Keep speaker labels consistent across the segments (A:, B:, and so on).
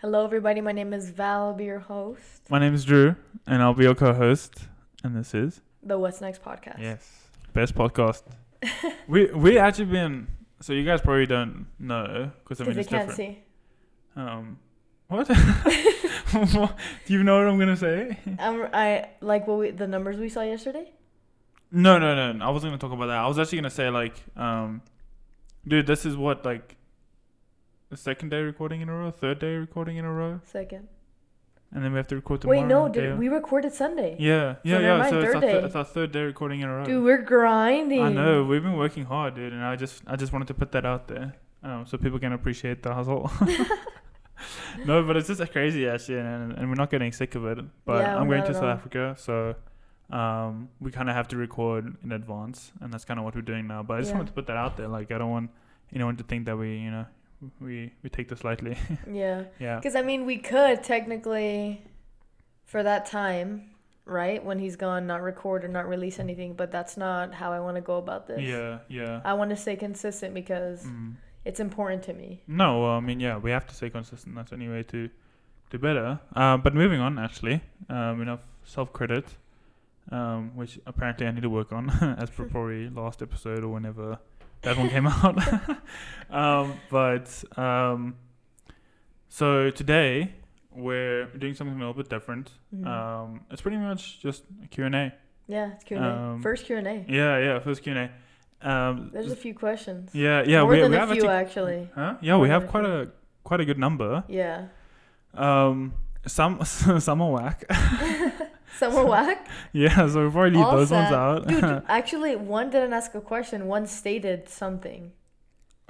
A: Hello, everybody. My name is Val. I'll be your host.
B: My name is Drew, and I'll be your co-host. And this is
A: The What's Next podcast.
B: yes, best podcast. we we actually been so you guys probably don't know because I
A: Because
B: mean
A: they
B: it's
A: can't
B: different.
A: see.
B: Um, what? What? Do you know what I'm gonna say?
A: Um, I like what we the numbers we saw yesterday.
B: No, no, no, no. I wasn't gonna talk about that. I was actually gonna say like, um, dude, this is what like the second day recording in a row, third day recording in a row,
A: Second.
B: and then we have to record tomorrow.
A: Wait, no,
B: day-
A: dude. We recorded Sunday.
B: Yeah, yeah,
A: never
B: yeah.
A: mind,
B: so it's
A: third
B: our, th-
A: day.
B: it's our third day recording in a row.
A: Dude, we're grinding.
B: I know we've been working hard, dude, and I just I just wanted to put that out there, um, so people can appreciate the hustle. no, but it's just crazy actually, and, and we're not getting sick of it. But
A: Yeah,
B: I'm going
A: not at
B: to
A: all.
B: South Africa, so um, we kind of have to record in advance, and that's kind of what we're doing now. But I just
A: Yeah.
B: wanted to put that out there, like I don't want anyone to think that we, you know, we we take this lightly.
A: Yeah.
B: yeah,
A: Because I mean, we could technically, for that time, right when he's gone, not record or not release anything. But that's not how I want to go about this.
B: yeah, yeah.
A: I want to stay consistent because
B: Mm.
A: it's important to me.
B: No, well, I mean, yeah, we have to stay consistent. That's the only way to do better. Uh, but moving on, actually, um, enough self credit, um, which apparently I need to work on, as per probably last episode or whenever that one came out. um, but um, so today we're doing something a little bit different.
A: Mhm.
B: Um, it's pretty much just a Q and A.
A: yeah, it's Q and A.
B: um,
A: First Q and A.
B: Yeah, yeah, first Q and A. Um,
A: There's a few questions.
B: yeah, yeah,
A: More
B: we,
A: than
B: we
A: a
B: have
A: few
B: actually-
A: actually.
B: huh? Yeah,
A: more
B: we
A: than
B: have
A: a
B: quite
A: few.
B: a quite a good number.
A: Yeah.
B: Um, some some are whack.
A: Some were whack.
B: yeah, so we probably leave
A: All
B: those
A: sad.
B: ones out.
A: Dude, actually, one didn't ask a question. One stated something.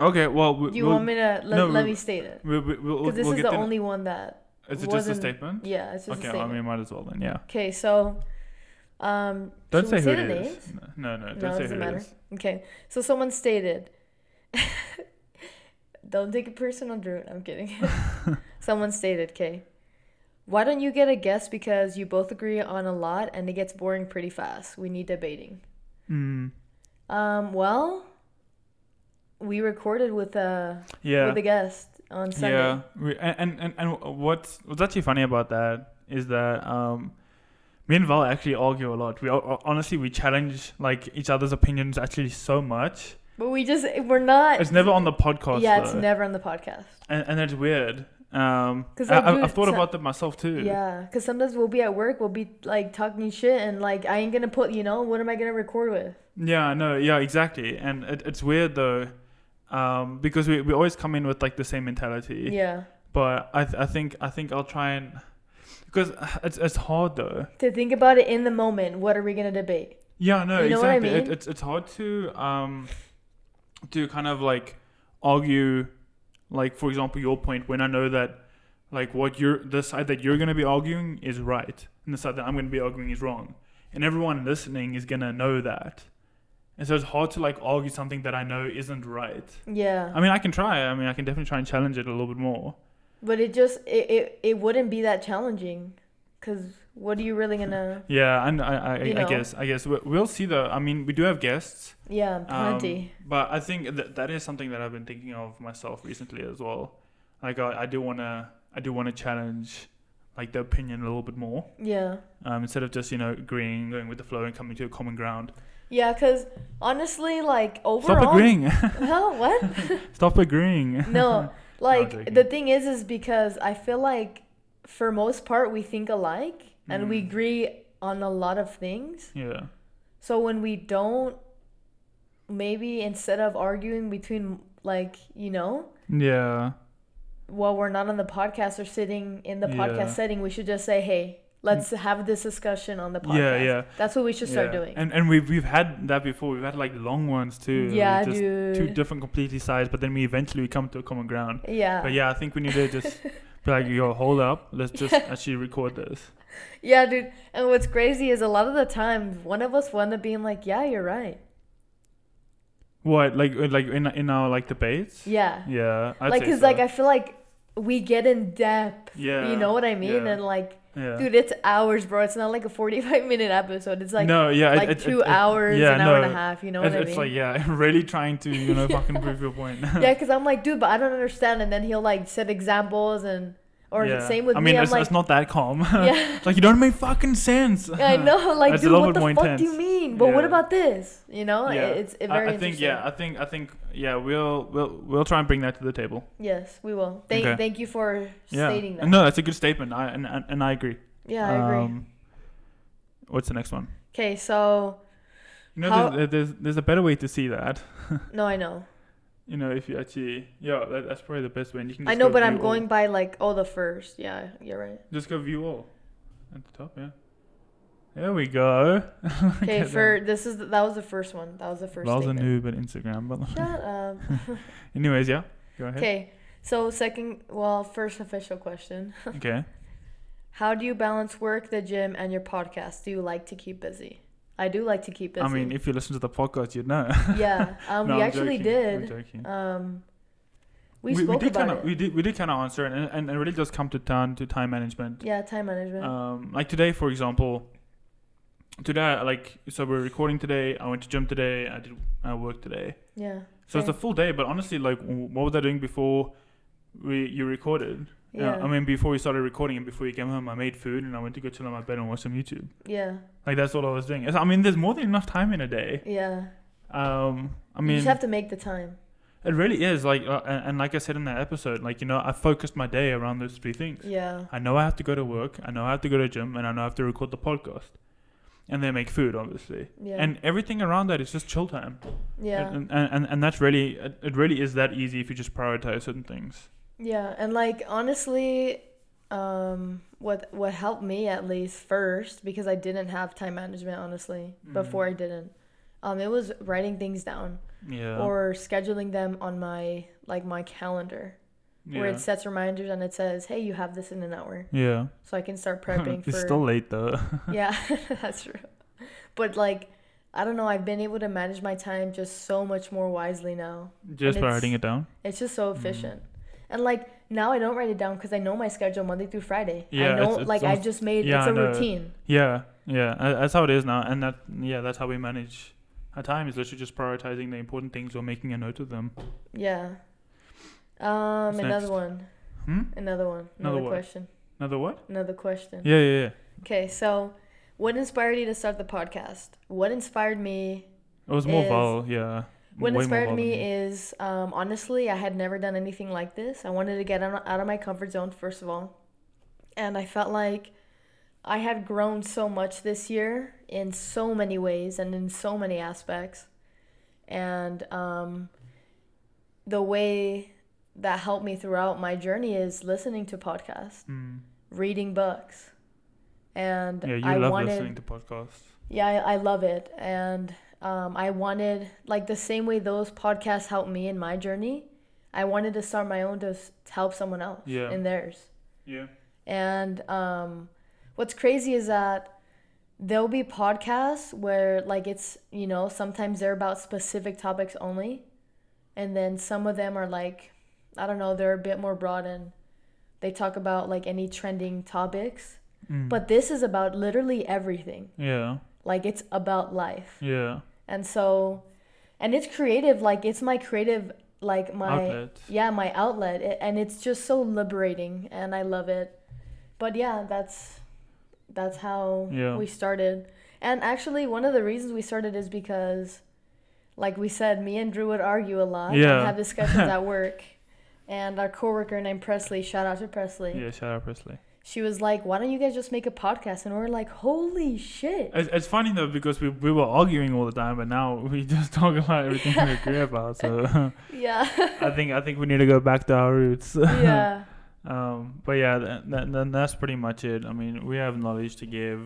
B: okay, well, we,
A: Do you
B: we'll,
A: want me to let,
B: no,
A: let
B: we-
A: me state it?
B: we, we, we'll,
A: Because this
B: we'll
A: is
B: get
A: the
B: to-
A: only one that.
B: Is it just a
A: wasn't-
B: statement?
A: Yeah, it's just
B: okay,
A: a
B: I
A: statement.
B: mean, might as well then. Yeah.
A: Okay, so. Um,
B: Don't
A: should
B: say
A: we
B: who
A: the
B: it is.
A: names?
B: No, no,
A: No,
B: don't
A: it
B: say
A: doesn't
B: who
A: matter.
B: it is.
A: Okay, so someone stated. don't take it personal, Drew. I'm kidding. someone stated, okay. Why don't you get a guest because you both agree on a lot and it gets boring pretty fast? We need debating.
B: Mm,
A: Um, well, we recorded with a
B: yeah,
A: with a guest on Sunday.
B: yeah. We, and, and and and what's what's actually funny about that is that um, me and Val actually argue a lot. We are- honestly we challenge like each other's opinions actually so much.
A: But we just we're not
B: It's never on the podcast.
A: Yeah,
B: though.
A: it's never on the podcast.
B: and, and it's weird. Um,
A: 'Cause
B: I,
A: I do
B: I, I've thought
A: so-
B: about that myself too.
A: Yeah, cuz sometimes we'll be at work, we'll be like talking shit and like I ain't going to put, you know, what am I going to record with?
B: Yeah. No. Yeah. Exactly. And it, it's weird though, um, because we, we always come in with like the same mentality.
A: Yeah.
B: But I th- I think I think I'll try and because it's it's hard though.
A: To think about it in the moment, what are we going to debate?
B: Yeah. No.
A: You know what I
B: exactly. It,
A: mean?
B: it's it's hard to um, to kind of like argue, like for example your point when I know that like what you're the side that you're gonna be arguing is right and the side that I'm gonna be arguing is wrong. And everyone listening is gonna know that. And so it's hard to like argue something that I know isn't right.
A: Yeah.
B: I mean I can try, I mean I can definitely try and challenge it a little bit more.
A: But it just it it, it wouldn't be that challenging cuz what are you really going to
B: Yeah, and I I, I,
A: You
B: I
A: know.
B: guess I guess we- we'll see though. I mean we do have guests.
A: Yeah,
B: um,
A: plenty.
B: but I think that that is something that I've been thinking of myself recently as well. Like I, I do wanna I do wanna challenge like the opinion a little bit more.
A: yeah.
B: um, instead of just you know agreeing, going with the flow, and coming to a common ground.
A: Yeah, cuz honestly like overall
B: Stop agreeing.
A: Huh? What?
B: Stop agreeing.
A: No, like
B: joking.
A: the thing is, is because I feel like for most part we think alike and
B: Mm.
A: we agree on a lot of things.
B: Yeah.
A: So when we don't, maybe instead of arguing between like you know
B: Yeah.
A: while we're not on the podcast or sitting in the
B: Yeah. Mm.
A: podcast setting, we should just say, hey, let's have this discussion on the
B: Yeah,
A: podcast.
B: yeah.
A: That's what we should start
B: yeah.
A: doing.
B: And and we've we've had that before. We've had like long ones too.
A: Yeah,
B: just Two
A: dude.
B: different completely sides, but then we eventually come to a common ground.
A: yeah.
B: But yeah, I think we need to just be like, yo, hold up, let's just actually record this.
A: Yeah, dude. And what's crazy is a lot of the time, one of us wound up being like, yeah, you're right.
B: What like uh, like in in our like debates?
A: Yeah.
B: Yeah. I'd
A: like
B: say
A: because
B: so.
A: like i feel like we get in depth
B: Yeah,
A: you know what i mean
B: yeah.
A: and like
B: yeah.
A: dude it's hours bro it's not like a 45 minute episode it's like
B: no, yeah, it-
A: like
B: it- it-
A: two
B: it-
A: hours
B: yeah,
A: an hour
B: no.
A: and a half you know
B: It's,
A: what i
B: it's
A: mean
B: like yeah, really trying to you know fucking prove your point.
A: yeah because i'm like dude but i don't understand and then he'll like set examples and Or
B: Yeah.
A: same with
B: I mean,
A: me. I'm
B: it's,
A: like,
B: it's not that calm.
A: yeah,
B: it's like you don't make fucking sense.
A: I know. Like,
B: It's a
A: dude, what
B: little bit
A: the fuck
B: more
A: do you
B: intense.
A: mean? But what
B: Yeah.
A: about this? You know, I- it's it very.
B: I, I think
A: interesting.
B: yeah. I think I think yeah. We'll we'll we'll try and bring that to the table.
A: Yes, we will. Thank
B: Okay.
A: thank you for
B: Yeah.
A: stating that.
B: No, that's a good statement. I and and, and I agree.
A: Yeah, I agree.
B: Um, what's the next one?
A: okay, so
B: You know,
A: How-
B: there's, there's there's a better way to see that.
A: no, I know,
B: You know, if you actually yeah, that, that's probably the best way. And you can
A: I
B: just
A: know,
B: go
A: but
B: view
A: I'm
B: all.
A: going by like oh the first. Yeah, you're right.
B: Just go view all at the top. Yeah. There we go.
A: Okay,
B: Get
A: for this is that was the first one. That was the
B: that.
A: first.
B: Well, I was a
A: statement.
B: noob at Instagram, but
A: Shut up.
B: anyways, yeah. Go ahead.
A: Okay, so second, well, first official question:
B: Okay.
A: How do you balance work, the gym, and your podcast? Do you like to keep busy? I do like to keep busy.
B: I mean, if you listen to the podcast, you'd know.
A: yeah, um,
B: No,
A: we
B: I'm
A: actually
B: joking. I'm
A: did.
B: joking.
A: Um, we, spoke
B: did
A: about
B: kind of
A: it.
B: we did we did kind of answer it, and, and it really does come to down to time management.
A: yeah, time management.
B: Um, like today, for example, today like so we're recording today. I went to gym today. I did uh, work today.
A: yeah.
B: So it's a full day. But honestly, like w- what was I doing before we you recorded? Uh,
A: Yeah.
B: I mean, before we started recording and before you came home, I made food and I went to go chill on my bed and watch some YouTube.
A: yeah.
B: Like that's all I was doing. It's- I mean, there's more than enough time in a day.
A: Yeah.
B: Um, I
A: you
B: mean,
A: just have to make the time.
B: It really is like, uh, and, and like I said in that episode, like you know, I focused my day around those three things.
A: Yeah.
B: I know I have to go to work, I know I have to go to gym, and I know I have to record the podcast, and then make food, obviously,
A: Yeah.
B: and everything around that is just chill time.
A: yeah.
B: And, and and and that's really it, it. Really is that easy if you just prioritize certain things.
A: Yeah, and like honestly, um, what what helped me at least first because I didn't have time management honestly
B: Mm.
A: before I didn't. Um, it was writing things down
B: Yeah.
A: or scheduling them on my like my calendar
B: yeah.
A: where it sets reminders and it says, "Hey, you have this in an hour,"
B: yeah.
A: so I can start prepping for.
B: it's still late though.
A: yeah, that's true. But like, I don't know. I've been able to manage my time just so much more wisely now.
B: just by
A: it's-
B: writing it down.
A: It's just so efficient.
B: Mm-hmm.
A: And like now I don't write it down because I know my schedule Monday through Friday.
B: Yeah,
A: I
B: it's-
A: know
B: it's
A: like I
B: almost-
A: just made
B: yeah,
A: it's a
B: I know.
A: routine.
B: Yeah. Yeah. uh, That's how it is now, and that yeah, that's how we manage our time is literally just prioritizing the important things or making a note of them.
A: Yeah. Um
B: What's
A: another
B: next?
A: one.
B: Hmm?
A: Another one. Another,
B: Another what?
A: question.
B: Another what?
A: Another question.
B: Yeah, yeah, yeah.
A: Okay, so what inspired you to start the podcast? What inspired me
B: It was more
A: Is-
B: Val, yeah.
A: What
B: Way more
A: inspired
B: Val
A: me
B: than
A: is um, honestly, I had never done anything like this. I wanted to get out out of my comfort zone, first of all. And I felt like I had grown so much this year in so many ways and in so many aspects. And um, the way that helped me throughout my journey is listening to podcasts,
B: Mm.
A: reading books. And
B: Yeah, you
A: I
B: love
A: wanted
B: listening to podcasts.
A: yeah, I, I love it. And um, I wanted, like, the same way those podcasts helped me in my journey, I wanted to start my own to, s- to help someone else
B: Yeah.
A: in theirs.
B: Yeah.
A: And um, what's crazy is that there'll be podcasts where, like, it's, you know, sometimes they're about specific topics only. And then some of them are like, I don't know, they're a bit more broad and they talk about, like, any trending topics. But this is about literally everything
B: Yeah.
A: like it's about life
B: Yeah.
A: and so and it's creative like it's my creative like my
B: Outlet.
A: yeah my outlet it, and it's just so liberating and i love it but yeah that's that's how
B: Yeah.
A: we started and actually one of the reasons we started is because like we said me and drew would argue a lot
B: Yeah.
A: and have discussions at work and our coworker named presley shout out to presley
B: Yeah, shout out Presley.
A: she was like why don't you guys just make a podcast and we are like holy shit
B: It's, it's funny though because we, we were arguing all the time, but now we just talk about everything we agree about. So
A: yeah
B: I think I think we need to go back to our roots.
A: yeah
B: Um, but yeah, that, that, then that's pretty much it. I mean, we have knowledge to give.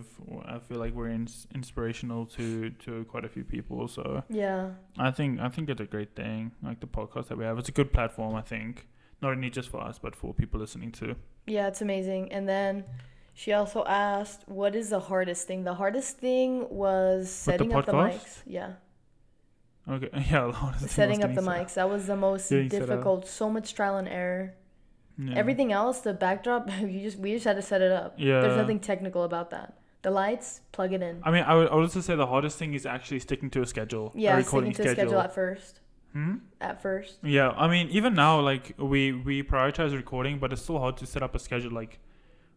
B: I feel like we're ins- inspirational to to quite a few people. So
A: yeah
B: I think I think it's a great thing. Like the podcast that we have, it's a good platform. I think not only just for us, but for people listening too.
A: yeah it's amazing and then she also asked what is the hardest thing the hardest thing was
B: the
A: setting up the
B: podcast?
A: mics yeah
B: Okay, yeah, the hardest thing was
A: setting up the
B: getting set-
A: mics that was the most
B: Getting set up.
A: difficult so much trial and error
B: uh, Yeah.
A: everything else the backdrop you just we just had to set it up
B: Yeah.
A: there's nothing technical about that the lights plug it in
B: I mean, I would I would also say the hardest thing is actually sticking to a schedule. a
A: yeah sticking
B: recording
A: to a schedule at first
B: Hmm?
A: at first.
B: Yeah, I mean, even now, like we we prioritize recording, but it's still hard to set up a schedule. Like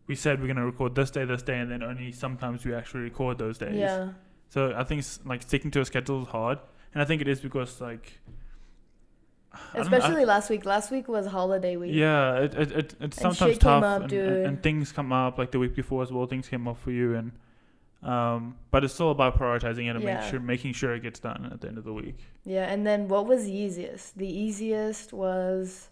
B: we said, we're gonna record this day, this day, and then only sometimes we actually record those days.
A: Yeah.
B: So I think s- like sticking to a schedule is hard, and I think it is because like. I don't know, I-
A: Especially last week. Last week was holiday week.
B: yeah, it, it, it it's
A: And shit
B: sometimes
A: came
B: tough,
A: up,
B: and, and, and
A: dude.
B: things come up like the week before as well. Things came up for you, and um, but it's still about prioritizing it and make
A: Yeah.
B: sure making sure it gets done at the end of the week.
A: Yeah, and then what was the easiest? The easiest was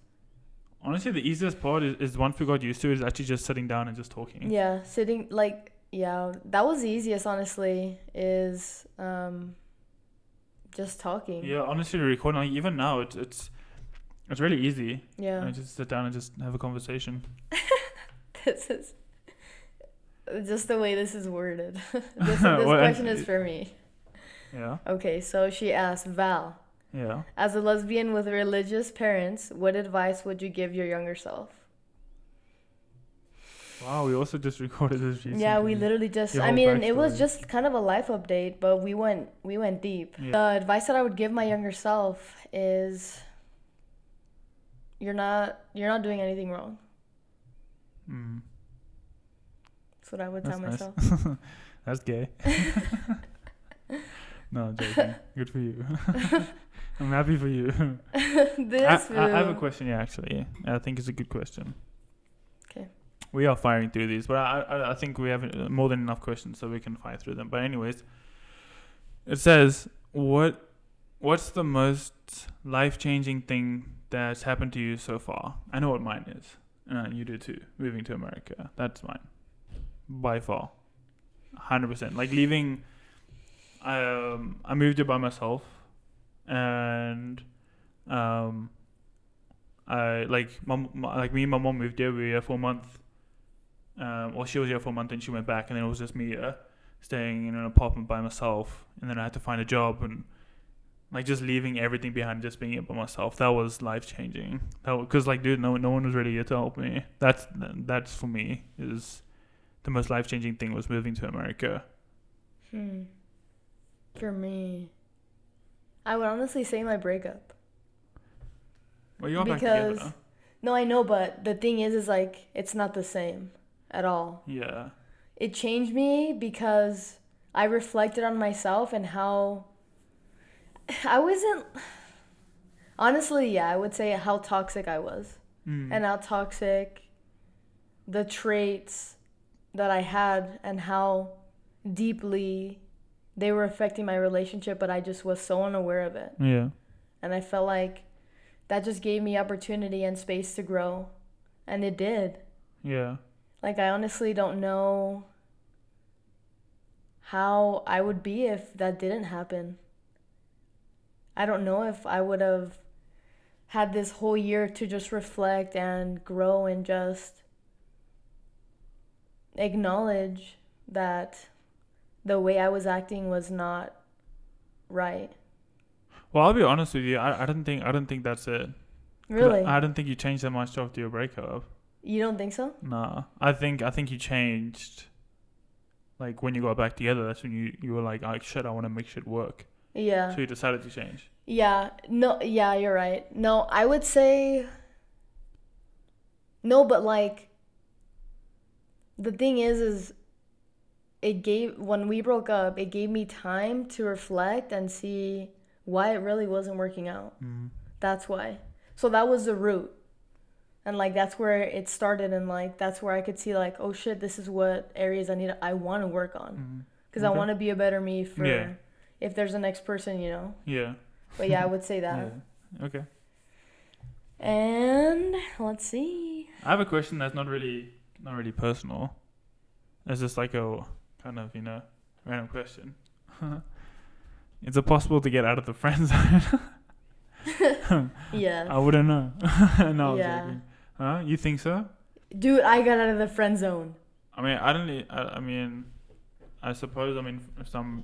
B: Honestly, the easiest part is, is once we got used to it, is actually just sitting down and just talking.
A: yeah, sitting like yeah, that was the easiest honestly is um just talking.
B: Yeah, honestly, recording like, even now, it's it's it's really easy.
A: Yeah.
B: I just sit down and just have a conversation.
A: this is just the way this is worded. this this
B: Well, and-
A: question is for me.
B: Yeah,
A: Okay, so she asked Val,
B: yeah.
A: as a lesbian with religious parents, what advice would you give your younger self?
B: Wow, we also just recorded this. Recently.
A: Yeah, we literally just
B: Your
A: I
B: whole
A: mean, it was
B: backstory.
A: just kind of a life update, but we went we went deep.
B: Yeah.
A: The advice that I would give my younger self is you're not you're not doing anything wrong.
B: Mm,
A: That's what I would
B: that's
A: tell
B: nice.
A: myself.
B: that's gay. no, I'm joking. Good for you. I'm happy for you. I,
A: this
B: I, I have a
A: fool.
B: question, yeah, actually. I think it's a good question.
A: 'Kay.
B: We are firing through these, but I, I, I think we have uh, more than enough questions so we can fire through them. But anyways, it says what what's the most life changing thing that's happened to you so far? I know what mine is, and you do too. Moving to America, that's mine by far, hundred percent. Like leaving, I um, I moved here by myself, and um, I Uh, like mom, my, like me and my mom moved here. We were here for a month. Um, well, she was here for a month and she went back, and then it was just me here, staying in an apartment by myself. And then I had to find a job and like just leaving everything behind, just being here by myself. That was life changing. That because like dude, no no one was really here to help me. That's that's for me is the most life changing thing was moving to America.
A: Hmm. For me, I would honestly say my breakup.
B: Well, you are back
A: Because-
B: together.
A: No, I know, but the thing is, is like it's not the same at all.
B: Yeah.
A: It changed me because I reflected on myself and how I wasn't. Honestly, yeah, I would say how toxic I was
B: Mm.
A: and how toxic the traits that I had and how deeply they were affecting my relationship, but I just was so unaware of it.
B: yeah.
A: And I felt like that just gave me opportunity and space to grow. And it did.
B: Yeah.
A: Like, I honestly don't know how I would be if that didn't happen. I don't know if I would have had this whole year to just reflect and grow and just acknowledge that the way I was acting was not right.
B: Well, I'll be honest with you. I, I don't think I don't think that's it. 'Cause
A: Really?
B: I, I don't think you changed that much after your breakup.
A: you don't think so?
B: Nah. I think I think you changed. Like when you got back together, that's when you you were like, "Oh shit, I want to make shit work."
A: Yeah.
B: So you decided to change.
A: Yeah, no, yeah, you're right. No, I would say no, but like the thing is is it gave when we broke up, it gave me time to reflect and see why it really wasn't working out.
B: Mm.
A: That's why. So that was the root. And like that's where it started and like that's where I could see like oh shit, this is what areas I need I want to work on
B: Mm.
A: because I
B: Okay.
A: want to be a better me for
B: Yeah.
A: if there's a next person, you know.
B: Yeah.
A: But yeah, I would say that.
B: Yeah. Okay.
A: And let's see.
B: I have a question that's not really not really personal. It's just like a kind of you know random question. Is it possible to get out of the friend zone?
A: Yeah.
B: I wouldn't know. no, I'm
A: Yeah.
B: joking. Huh? You think so?
A: Dude, I got out of the friend zone.
B: I mean, I don't. really- I, I mean, I suppose. I mean, f- some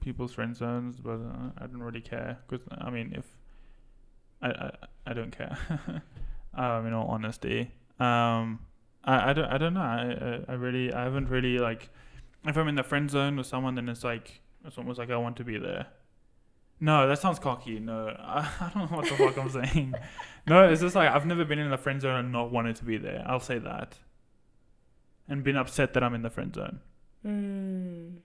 B: people's friend zones, but uh, I don't really care. Cause I mean, if I I, I don't care. um, in all honesty, um, I, I don't I don't know. I, I I really I haven't really like. If I'm in the friend zone with someone, then it's like it's almost like I want to be there. No, that sounds cocky. No, I, I don't know what the fuck I'm saying. No, it's just like I've never been in the friend zone and not wanted to be there. I'll say that. And been upset that I'm in the friend zone.
A: Mm.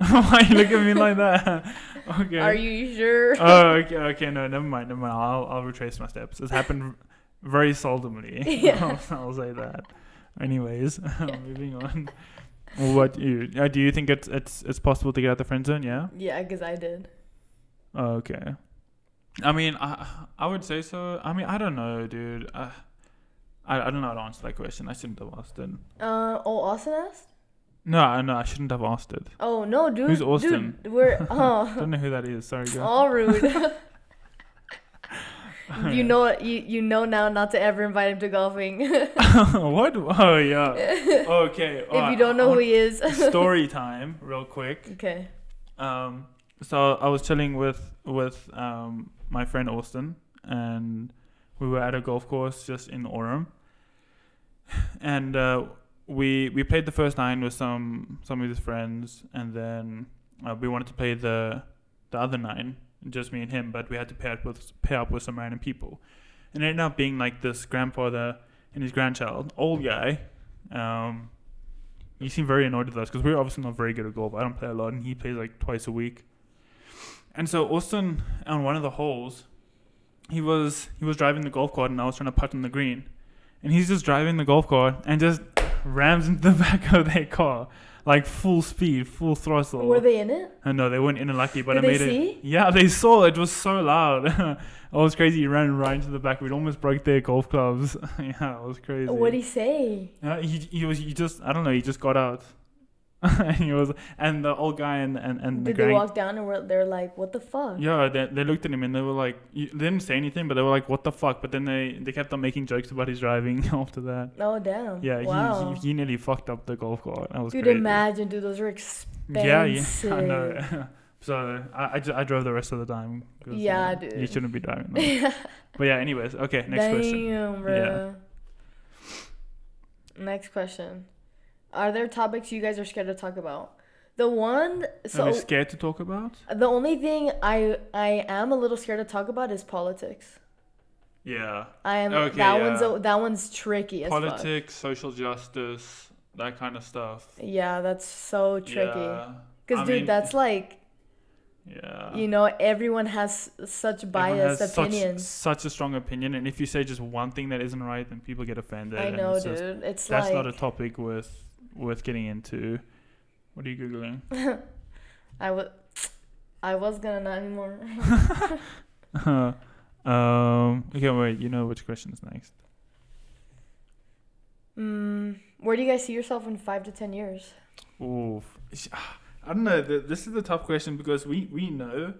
B: Why you look at me like that? Okay.
A: Are you sure?
B: Oh, okay, okay. No, never mind, never mind. I'll, I'll retrace my steps. It's happened very seldomly.
A: Yeah.
B: I'll, I'll say that. Anyways, moving on. What you uh, do you think it's it's it's possible to get out the friend zone? Yeah. Oh,
A: yeah, because I did.
B: Okay. I mean, I I would say so. I mean, I don't know, dude. I I, I don't know how to answer that question. I shouldn't have asked it.
A: Uh, oh, Austin asked?
B: No, I no, I shouldn't have asked it.
A: Oh, no, dude.
B: Who's Austin?
A: Dude, we're.
B: I
A: Oh,
B: don't know who that is. Sorry, girl.
A: all rude. you know what? You, you know now not to ever invite him to golfing.
B: what? Oh yeah. Okay.
A: if you don't know who
B: Uh,
A: he is.
B: story time, real quick.
A: okay.
B: Um, so I was chilling with with um my friend Austin, and we were at a golf course just in Orem, and uh, we we played the first nine with some some of his friends, and then uh, we wanted to play the the other nine, just me and him, but we had to pair up with pair up with some random people, and it ended up being like this grandfather and his grandchild, old guy. Um, he seemed very annoyed with us because we were obviously not very good at golf. I don't play a lot, and he plays like twice a week. And so Austin, on one of the holes, he was he was driving the golf cart, and I was trying to putt on the green, and he's just driving the golf cart and just rams into the back of their car, like full speed, full throttle.
A: Were they in it?
B: Uh, no, they weren't in a lucky, but
A: Did
B: I
A: they
B: made it.
A: see?
B: Yeah, they saw it. It was so loud. it was crazy. He ran right into the back. We almost broke their golf clubs. yeah, it was crazy.
A: What'd he say?
B: Uh, he he was he just I don't know. He just got out. and he was and the old guy and and and the
A: Did
B: grand.
A: they walk down and were, they're like, what the fuck?
B: yeah, they, they looked at him and they were like, you- they didn't say anything, but they were like, "What the fuck?" But then they they kept on making jokes about his driving after that.
A: Oh, damn.
B: Yeah,
A: Wow.
B: he, he he nearly fucked up the golf cart. That was
A: dude,
B: crazy.
A: imagine, dude. Those are
B: Yeah, yeah,
A: expensive.
B: I know. so I, I, ju- I drove the rest of the time. 'cause,
A: Yeah,
B: uh, You
A: dude.
B: shouldn't be driving. That. but yeah, anyways, okay, next
A: Damn,
B: question.
A: bro. Next question. Are there topics you guys are scared to talk about? The one
B: Are
A: so
B: you scared to talk about?
A: the only thing I I am a little scared to talk about is politics.
B: Yeah,
A: I am
B: Okay,
A: that one's
B: yeah.
A: a, that one's tricky as fuck.
B: politics, social justice, that kind of stuff.
A: Yeah, that's so tricky.
B: Yeah.
A: Cuz
B: I
A: dude,
B: mean,
A: that's like,
B: yeah.
A: you know, everyone has such
B: Everyone
A: biased
B: has
A: opinions.
B: Such, such a strong opinion, and if you say just one thing that isn't right, then people get offended.
A: I
B: and
A: know,
B: it's
A: dude.
B: just-
A: it's
B: that's
A: like
B: not a topic worth worth getting into. What are you googling?
A: I was I was gonna not anymore.
B: um. Okay. Wait. You know which question is next.
A: mm, where do you guys see yourself in 5 to 10 years?
B: Oof. Sh- ah, I don't know. th- This is the tough question because we we know,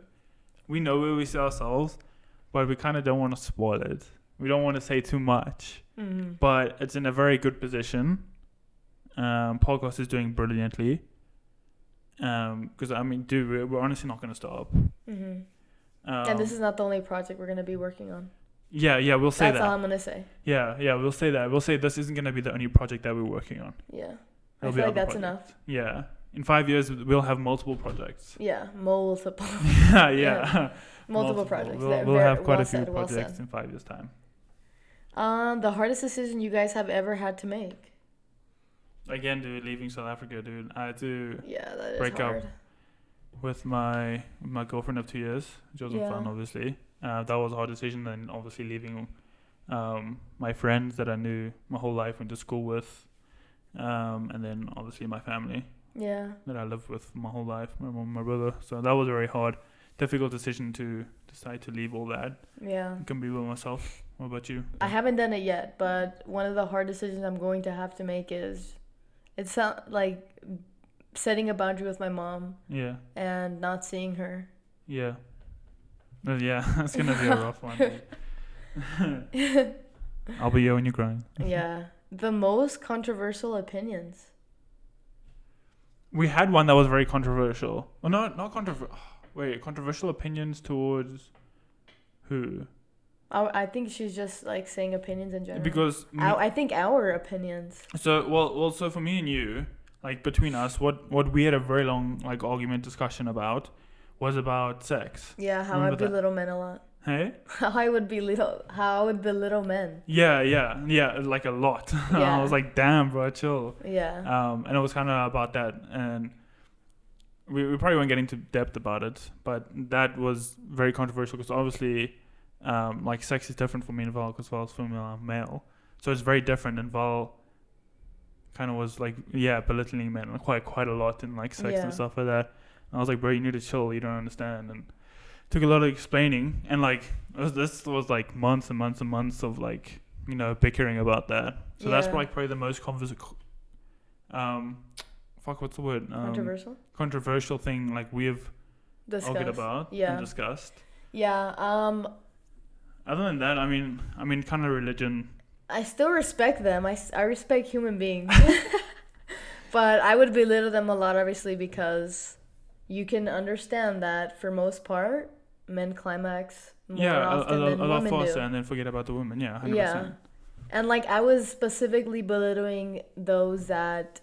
B: we know where we see ourselves, but we kind of don't want to spoil it. We don't want to say too much.
A: Mm.
B: But it's in a very good position. Um, podcast is doing brilliantly. Um, because I mean, dude, we're, we're honestly not gonna stop. Um,
A: hmm and this is not the only project we're gonna be working on.
B: yeah, yeah, we'll say
A: That's
B: that.
A: all I'm gonna say.
B: Yeah, yeah, we'll say that. We'll say this isn't gonna be the only project that we're working on.
A: Yeah, I
B: There'll be
A: feel like
B: other
A: that's
B: projects.
A: enough.
B: Yeah, in five years we'll have multiple projects.
A: Yeah, multiple,
B: yeah, yeah.
A: Yeah. multiple projects.
B: We'll,
A: There,
B: we'll
A: very-
B: have quite
A: well
B: a few
A: said, well
B: projects
A: said.
B: in five years' time.
A: Um, the hardest decision you guys have ever had to make.
B: Again, dude, leaving South Africa, dude. I had to
A: Yeah, that is
B: Break up.
A: hard.
B: with my my girlfriend of two years, which wasn't
A: Yeah.
B: fun, obviously. Uh, that was a hard decision, and obviously leaving um, my friends that I knew my whole life, went to school with, um, and then obviously my family
A: Yeah,
B: that I lived with my whole life, my mom, my brother. So that was a very hard, difficult decision to decide to leave all that.
A: yeah.
B: I can be with myself. What about you?
A: I haven't done it yet, but one of the hard decisions I'm going to have to make is, it's not like setting a boundary with my mom
B: Yeah,
A: and not seeing her.
B: yeah, Uh, yeah. That's gonna be a rough one. dude. I'll be here when you're crying.
A: yeah, the most controversial opinions.
B: We had one that was very controversial. Well, no, not controversial. Wait, controversial opinions towards who?
A: I, I think she's just like saying opinions in general.
B: Because me-
A: Our- I think our opinions.
B: so well, well, so for me and you, like between us, what what we had a very long like argument discussion about was about sex.
A: Yeah, how
B: Remember
A: I
B: that.
A: belittle men a lot.
B: Hey?
A: How I would belittle how I would belittle men.
B: Yeah, yeah, yeah, like a lot.
A: Yeah.
B: I was like, damn, bro, chill.
A: Yeah.
B: Um, and it was kind of about that. And we, we probably won't get into depth about it, but that was very controversial because obviously, um, like, sex is different for me and Val because Val's female, I'm male. So it's very different. And Val kind of was like, yeah, belittling men quite, quite a lot in like sex
A: Yeah.
B: and stuff like that. And I was like, bro, you need to chill. You don't understand. And took a lot of explaining. And like, it was, this was like months and months and months of like, you know, bickering about that. So that's
A: Yeah.
B: like probably the most convers- um, fuck, what's the word? Um,
A: Controversial.
B: controversial thing like we have argued
A: Discuss.
B: about
A: Yeah.
B: and discussed.
A: Yeah. Um
B: Other than that, I mean, I mean, kind of religion.
A: I still respect them. I, s- I respect human beings. but I would belittle them a lot, obviously, because you can understand that for most part, men climax more
B: yeah, a-
A: often
B: a,
A: than
B: a, a lot
A: women
B: faster,
A: do.
B: and then forget about the women. Yeah, 100%.
A: Yeah. And like I was specifically belittling those that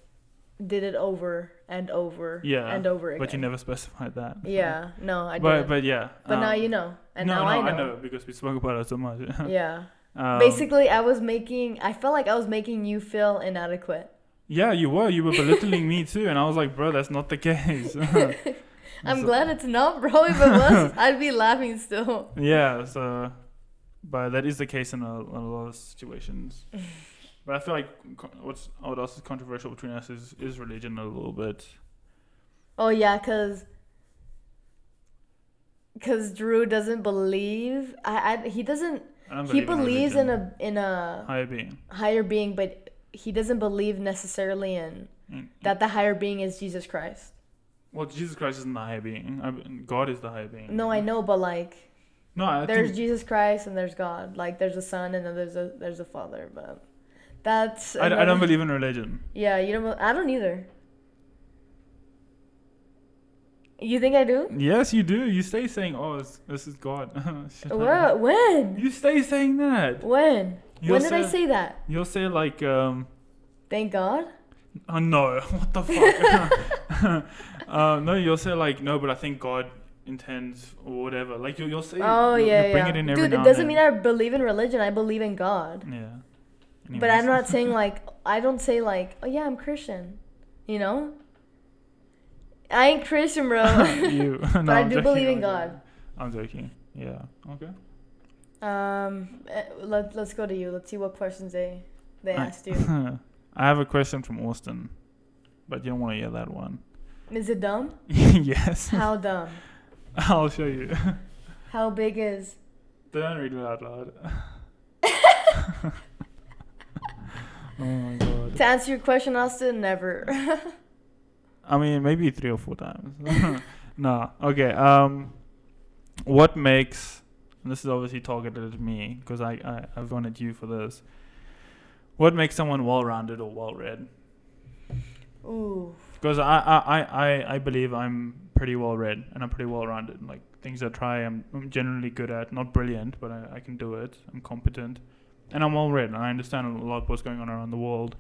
A: did it over and over
B: Yeah,
A: and over again.
B: But you never specified that. so-
A: Yeah, no, I
B: but
A: didn't. But,
B: but yeah.
A: now
B: um,
A: you know, and
B: no,
A: now
B: no,
A: I know.
B: because we spoke about it so much.
A: Yeah.
B: Um,
A: Basically, I was making. I felt like I was making you feel inadequate.
B: Yeah, you were. You were belittling me too, and I was like, bro, that's not the case.
A: I'm
B: So-
A: glad it's not, bro. If it was, I'd be laughing still.
B: Yeah, so, but that is the case in a, a lot of situations. but I feel like co- what's what else is controversial between us is, is religion a little bit.
A: Oh yeah, cause. Cause Drew doesn't believe. I, I he doesn't.
B: I don't
A: He
B: believe in
A: believes in
B: religion.
A: a in a
B: higher being.
A: higher being, but he doesn't believe necessarily in
B: Mm.
A: that the higher being is Jesus Christ.
B: Well, Jesus Christ isn't the higher being. I, God is the higher being.
A: No, I know, but like
B: No, I
A: there's
B: think,
A: Jesus Christ and there's God. Like there's a son and then there's a there's a father, but that's.
B: I, I don't
A: another-
B: believe in religion.
A: Yeah, you don't. be- I don't either. You think I do?
B: Yes, you do. You stay saying, "Oh, it's, this is God." Shut
A: Wha-
B: up.
A: When?
B: You stay saying that.
A: When?
B: You'll
A: when did I
B: say-
A: say that?
B: You'll say like, um,
A: Thank God.
B: "Oh no, what the fuck?" uh, no, you'll say like, "No, but I think God intends or whatever." Like you'll, you'll say,
A: Oh
B: you'll,
A: yeah,
B: you'll bring
A: yeah.
B: it in every
A: Dude,
B: now
A: it
B: and
A: doesn't
B: then.
A: mean I believe in religion. I believe in God.
B: Yeah.
A: But I'm not saying like I don't say like oh yeah I'm Christian, you know. I ain't Christian, bro.
B: you. No,
A: I
B: I'm
A: do
B: joking,
A: believe in
B: I'm
A: God.
B: joking. I'm joking. Yeah. Okay.
A: um, eh, let let's go to you. Let's see what questions they they
B: I-
A: asked you.
B: I have a question from Austin, but you don't want to hear that one.
A: Is it dumb?
B: yes.
A: How dumb?
B: I'll show you.
A: How big is?
B: Don't read it out loud. oh my god.
A: To answer your question, Austin, never.
B: I mean, maybe three or four times. nah. Okay. Um, what makes and this is obviously targeted at me because I, I I've gone at you for this. What makes someone well-rounded or well-read?
A: Ooh.
B: Because I, I, I, I- I believe I'm pretty well read and I'm pretty well rounded. Like things I try, I'm, I'm generally good at. Not brilliant, but I, I can do it. I'm competent. And I'm well read. And I understand a lot of what's going on around the world.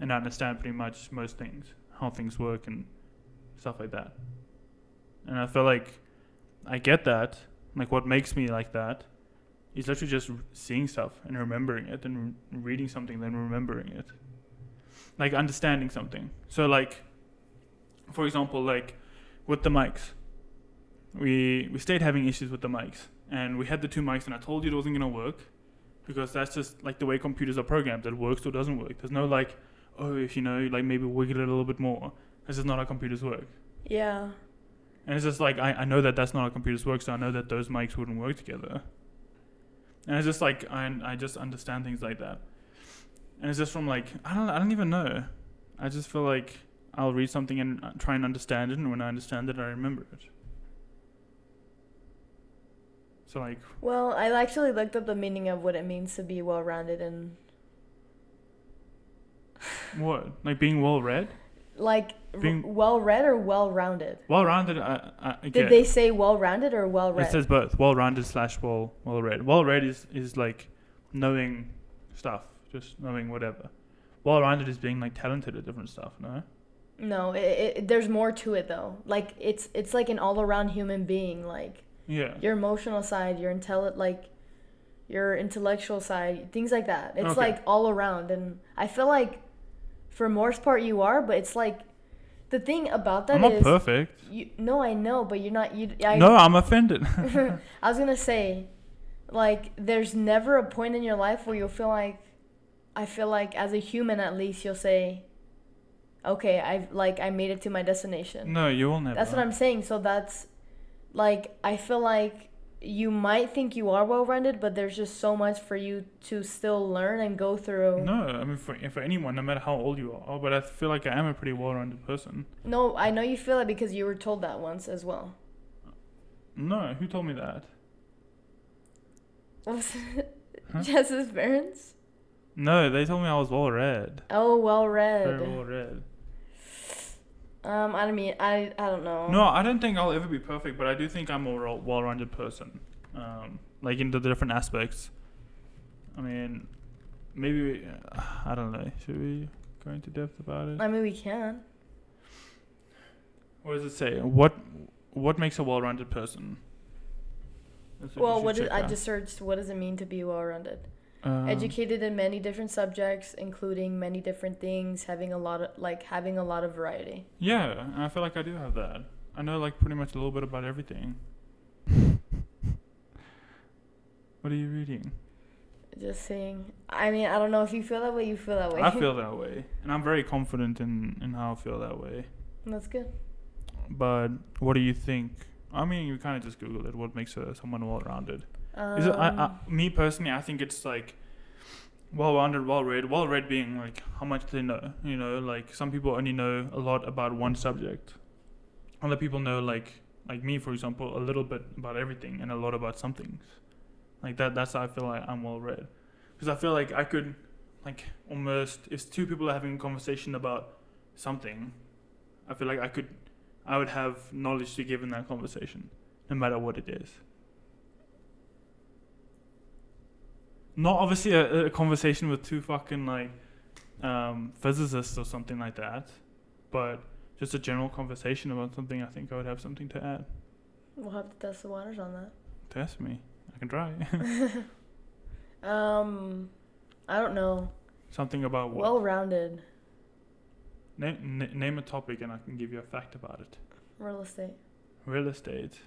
B: And I understand pretty much most things, how things work and stuff like that. And I feel like I get that. Like what makes me like that is literally just seeing stuff and remembering it and re- reading something, then remembering it. Like understanding something. So, like, for example, like with the mics, we we stayed having issues with the mics, and we had the two mics, and I told you it wasn't gonna work, because that's just like the way computers are programmed. It works or doesn't work. There's no like, oh, if you know, like maybe wiggle it a little bit more. This is not how computers work.
A: Yeah.
B: And it's just like I, I know that that's not how computers work, so I know that those mics wouldn't work together. And it's just like I I just understand things like that. And it's just from like I don't I don't even know. I just feel like I'll read something and uh, try and understand it, and when I understand it, I remember it. So like
A: Well, I actually looked up the meaning of what it means to be well rounded and
B: what like being well read,
A: like
B: Being-
A: well read or well rounded.
B: well rounded. I, I, I
A: Did
B: get.
A: they say well rounded or well read?
B: It says both well rounded slash well well read. Well read is, is like knowing stuff, just knowing whatever. Well rounded is being like talented at different stuff, no?
A: No, it, it, there's more to it though. Like it's it's like an all around human being. Like
B: Yeah.
A: your emotional side, your intelli- like your intellectual side, things like that. It's
B: Okay.
A: like all around, and I feel like for most part you are, but it's like the thing about that
B: I'm
A: is
B: not perfect.
A: you. No, I know, but you're not. You. I,
B: no, I'm offended.
A: I was gonna say, like, there's never a point in your life where you'll feel like, I feel like as a human at least you'll say, okay, I've like I made it to my destination.
B: no, you will never.
A: That's what I'm saying. So that's like I feel like you might think you are well rounded, but there's just so much for you to still learn and go through.
B: No, I mean for for anyone, no matter how old you are, oh, but I feel like I am a pretty well-rounded person.
A: No, I know you feel it because you were told that once as well.
B: No, who told me that?
A: What was it?
B: Huh?
A: Jess's parents?
B: No, they told me I was well-read.
A: Oh, well read.
B: Very well-read.
A: Um, I don't mean I I don't know.
B: No, I don't think I'll ever be perfect, but I do think I'm a well- well-rounded person, um, like into the different aspects. I mean, maybe we, I don't know. Should we go into depth about it?
A: I mean we can.
B: What does it say? What what makes a well-rounded person? That's what you
A: Well,
B: should
A: what is,
B: check
A: I
B: out.
A: just searched what does it mean to be well rounded?
B: Um,
A: Educated in many different subjects, including many different things, having a lot of like having a lot of variety.
B: Yeah, and I feel like I do have that. I know like pretty much a little bit about everything. what are you reading?
A: Just saying. I mean, I don't know if you feel that way. You feel that way.
B: I feel that way, and I'm very confident in in how I feel that way.
A: That's good.
B: But what do you think? I mean, you kind of just Google it. What makes a, someone well-rounded?
A: Um,
B: Is it? I, I, me personally, I think it's like well-rounded, well-read. Well-read being like how much they know. You know, like some people only know a lot about one subject. Other people know like like me, for example, a little bit about everything and a lot about some things. Like that. That's how I feel like I'm well-read, because I feel like I could like almost if two people are having a conversation about something, I feel like I could I would have knowledge to give in that conversation, no matter what it is. Not obviously a, a conversation with two fucking like um, physicists or something like that, but just a general conversation about something. I think I would have something to add.
A: we'll have to test the waters on that.
B: Test me. I can try.
A: Um, I don't know.
B: something about what?
A: Well rounded
B: Na- na- name a topic and I can give you a fact about it.
A: real estate.
B: Real estate.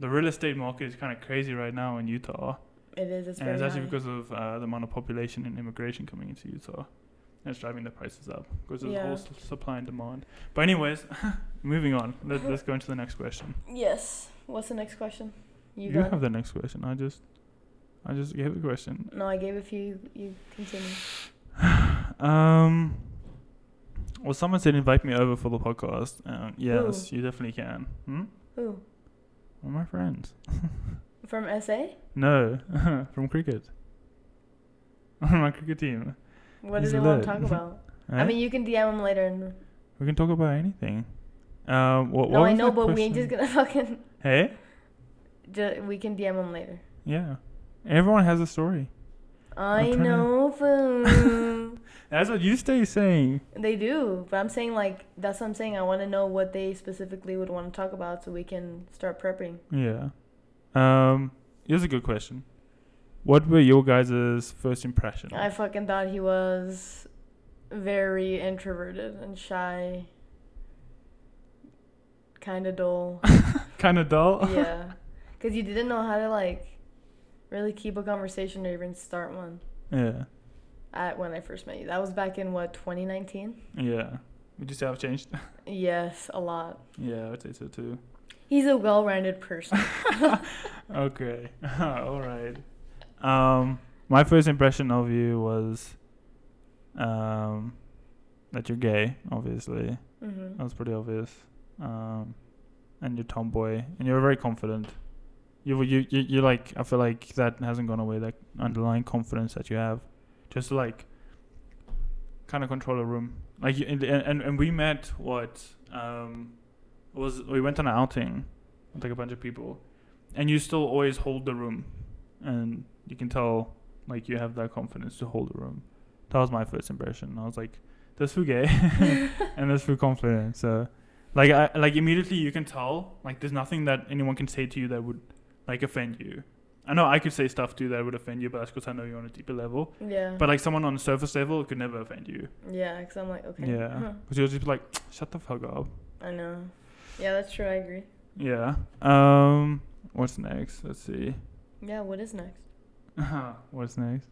B: The real estate market is kind of crazy right now in Utah.
A: It is. It's
B: and
A: very
B: it's actually
A: high.
B: because of uh, the amount of population and immigration coming into Utah. And it's driving the prices up because of the
A: Yeah.
B: whole s- supply and demand. But, anyways, moving on. Let, let's go into the next question.
A: yes. What's the next question?
B: You,
A: got it?
B: have the next question. I just I just gave the question.
A: No, I gave a few. You continue.
B: Um, well, someone said invite me over for the podcast. Um, yes, you definitely can. Hmm?
A: Who?
B: One of my friends.
A: From SA?
B: No, from cricket. On my cricket team.
A: What
B: He's
A: do
B: a
A: they want to
B: lad.
A: talk about? I
B: Eh?
A: mean, you can DM him later. And
B: we can talk about anything. Um, what,
A: no,
B: what
A: I
B: was
A: know,
B: that
A: but we ain't
B: question?
A: just gonna fucking.
B: Hey?
A: Ju- we can DM him later.
B: Yeah. Everyone has a story.
A: I
B: trying to-
A: know, food.
B: That's what you stay saying.
A: They do, but I'm saying like that's what I'm saying. I want to know what they specifically would want to talk about so we can start prepping.
B: Yeah. Um, here's a good question. What were your guys' first impression?
A: I fucking thought he was very introverted and shy, kind of dull.
B: kind of dull.
A: yeah, because you didn't know how to like really keep a conversation or even start one.
B: yeah.
A: At when I first met you, that was back in what 2019.
B: Yeah. Would you say I've changed?
A: Yes, a lot.
B: yeah, I would say so too.
A: He's a well-rounded person.
B: Okay. All right. Um, my first impression of you was um, that you're gay, obviously.
A: mm-hmm.
B: That was pretty obvious. Um, and you're tomboy, and you're very confident. You, you, you, you like. I feel like that hasn't gone away. That underlying confidence that you have, just to, like, kind of control a room. Like, you, and, and and we met what um, was we went on an outing with like a bunch of people, and you still always hold the room, and you can tell like you have that confidence to hold the room. That was my first impression. I was like, there's through gay and there's through confident. So, like, I like immediately you can tell like there's nothing that anyone can say to you that would like offend you. I know I could say stuff to you that would offend you, but that's because I know you're on a deeper level.
A: Yeah.
B: But like someone on the surface level could never offend you.
A: yeah, because I'm like, okay.
B: Yeah,
A: huh,
B: because you'll just be like, shut the fuck up.
A: I know. Yeah, that's true. I agree.
B: Yeah. Um, what's next? Let's see.
A: Yeah, what is next?
B: What's next?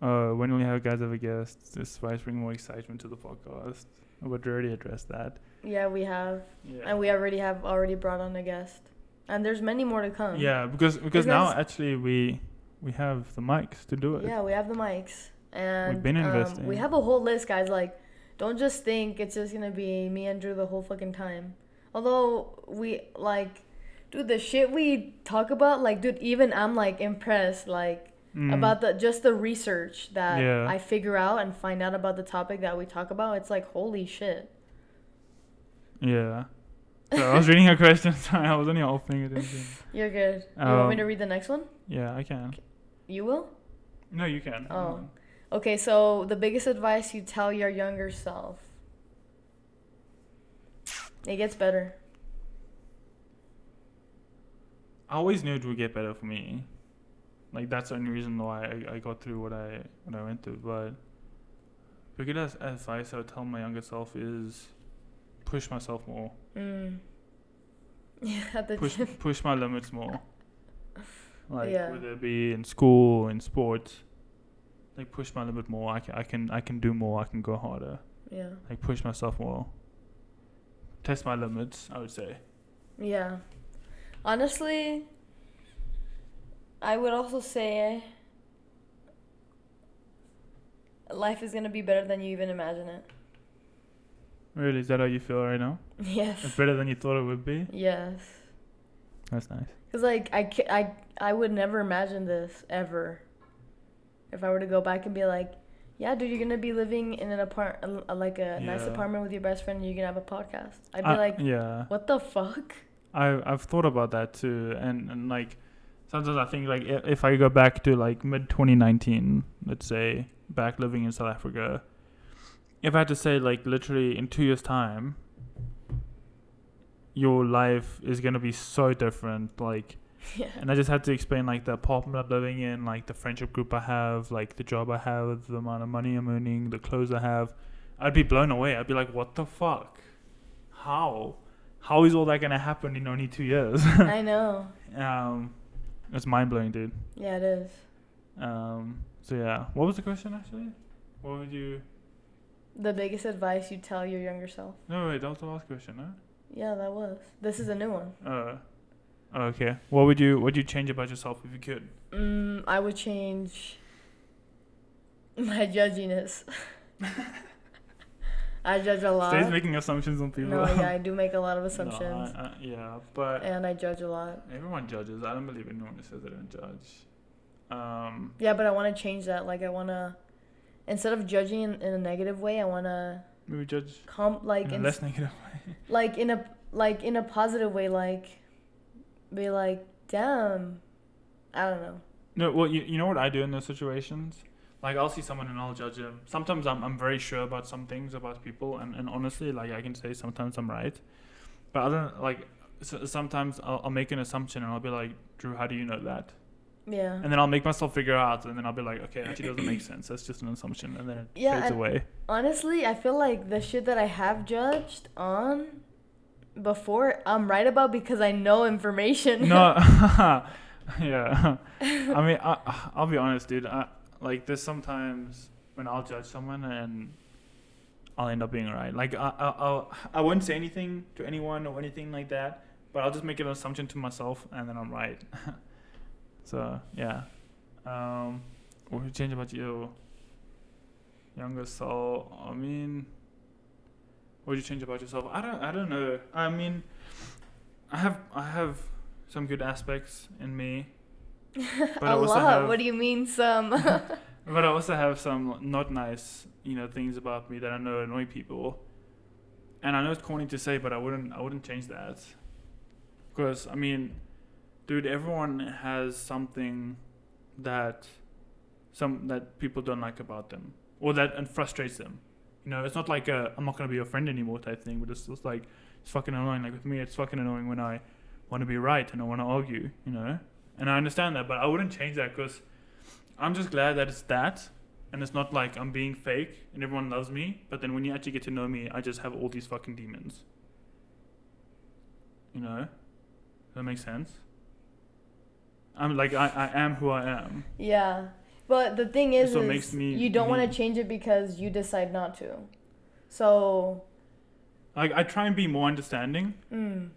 B: Uh, when will you have guys have a guest? This why bring more excitement to the podcast. I would already address that.
A: Yeah, we have.
B: Yeah.
A: And we already have already brought on a guest. And there's many more to come.
B: yeah, because because now
A: Because-
B: actually we we have the mics to do it.
A: Yeah, we have the mics. And
B: been
A: um,
B: investing.
A: we have a whole list, guys. Like, don't just think it's just gonna be me and Drew the whole fucking time. Although we like dude the shit we talk about, like dude, even I'm like impressed, like
B: Mm,
A: about the just the research that
B: Yeah.
A: I figure out and find out about the topic that we talk about. It's like holy shit.
B: yeah. So I was reading her question. Sorry, I was only half paying attention.
A: You're good. you want me
B: Um,
A: to read the next one?
B: Yeah, I can.
A: You will?
B: No, you can.
A: Oh. Okay, so the biggest advice you tell your younger self. It gets better.
B: I always knew it would get better for me. Like that's the only reason why I, I got through what I what I went through. But biggest advice I would tell my younger self is push myself more,
A: Mm. Yeah, at the
B: push
A: gym.
B: push my limits more. Like
A: Yeah.
B: whether it be in school, in sports, like push my limit more. I can I can I can do more. I can go harder.
A: Yeah.
B: Like push myself more. Test my limits. I would say.
A: Yeah. Honestly, I would also say life is going to be better than you even imagine it.
B: Really, is that how you feel right now? It's
A: Yes.
B: better than you thought it would be.
A: Yes.
B: That's nice.
A: Cuz like I, ca- I I would never imagine this ever. If I were to go back and be like, yeah, dude, you're going to be living in an apart a- like a nice
B: Yeah.
A: apartment with your best friend and you're going to have a podcast. I'd be
B: I-
A: like,
B: yeah.
A: what the fuck?
B: I I've thought about that too, and and like sometimes I think like i- if I go back to like mid 2019, let's say back living in South Africa, if I had to say like literally in two years time, your life is gonna be so different. Like,
A: yeah.
B: and I just had to explain like the apartment I'm living in, like the friendship group I have, like the job I have, the amount of money I'm earning, the clothes I have. I'd be blown away. I'd be like, what the fuck? How? How is all that gonna happen in only two years?
A: I know.
B: um, it's mind blowing, dude.
A: Yeah, it is.
B: Um, so yeah, what was the question actually? What would you?
A: The biggest advice you tell your younger self.
B: No, wait, that was the last question, no?
A: Yeah, that was. This is a new one.
B: Uh, oh, okay. What would you? What would you change about yourself if you could?
A: Mm, I would change my judginess. I judge a lot.
B: Stays making assumptions on people.
A: no, yeah, I do make a lot of
B: No,
A: assumptions,
B: I- I- yeah, but
A: and I judge a lot.
B: Everyone judges. I don't believe anyone who says they don't judge. Um,
A: Yeah, but I want to change that. Like, I want to instead of judging in, in a negative way, I want to
B: maybe judge
A: comp like
B: in a
A: in,
B: Mm, less negative way.
A: like in a like in a positive way, like be like, damn, I don't know.
B: No, well, you, you know what I do in those situations? Like, I'll see someone and I'll judge them. Sometimes I'm, I'm very sure about some things about people, and, and honestly, like, I can say sometimes I'm right. But I don't, like, so, sometimes I'll, I'll make an assumption and I'll be like, Drew, how do you know that?
A: Yeah.
B: And then I'll make myself figure out, and then I'll be like, okay, it actually doesn't make sense. That's just an assumption. And then it
A: Yeah,
B: fades
A: and-
B: away.
A: Honestly, I feel like the shit that I have judged on before, I'm right about because I know information.
B: No, yeah. I mean, I, I'll be honest, dude. I, like, there's sometimes when I'll judge someone and I'll end up being right. Like, I, I, I'll, I wouldn't say anything to anyone or anything like that, but I'll just make an assumption to myself and then I'm right. so, yeah. Um, what would you change about your younger self? I mean, what would you change about yourself? I don't, I don't know. I mean, I have, I have some good aspects in me. But
A: a
B: I also
A: lot.
B: have-
A: What do you mean some?
B: But I also have some not nice, you know, things about me that I know annoy people. And I know it's corny to say, but I wouldn't I wouldn't change that. Because I mean, dude, everyone has something that some that people don't like about them or that and frustrates them. You know, it's not like a, I'm not going to be your friend anymore type thing, but it's just like it's fucking annoying. Like with me, it's fucking annoying when I want to be right and I want to argue. You know, and I understand that, but I wouldn't change that because I'm just glad that it's that. And it's not like I'm being fake and everyone loves me, but then when you actually get to know me, I just have all these fucking demons. You know? Does that makes sense? I'm like I, I am who I am.
A: Yeah. But the thing is,
B: That's what
A: is
B: makes me
A: you don't want
B: me.
A: to change it because you decide not to. So,
B: Like I try and be more understanding
A: mm,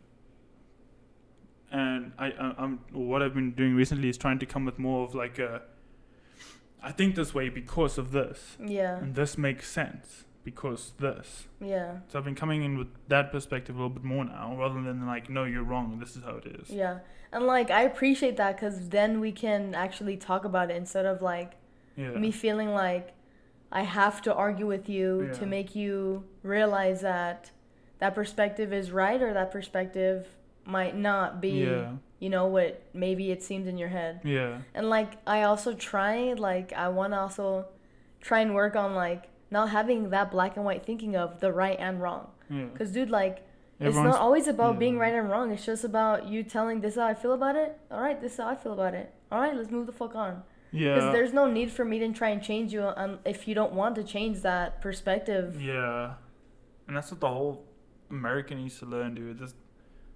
B: and I, I I'm what I've been doing recently is trying to come with more of like a I think this way because of this.
A: yeah,
B: And this makes sense because this.
A: yeah,
B: So I've been coming in with that perspective a little bit more now, rather than like, no, you're wrong. This is how it is.
A: yeah. And like, I appreciate that because then we can actually talk about it instead of like
B: Yeah.
A: me feeling like I have to argue with you to
B: Yeah.
A: make you realize that that perspective is right or that perspective might not be,
B: Yeah.
A: you know, what maybe it seems in your head.
B: Yeah.
A: And like I also try like I want to also try and work on like not having that black and white thinking of the right and wrong.
B: Yeah.
A: Cuz dude like
B: Everyone's-
A: it's not always about being
B: yeah.
A: right and wrong. It's just about you telling this is how I feel about it. All right, this is how I feel about it. All right, let's move the fuck on. Cuz
B: yeah.
A: there's no need for me to try and change you um, if you don't want to change that perspective.
B: Yeah. And that's what the whole American needs to learn, dude. Just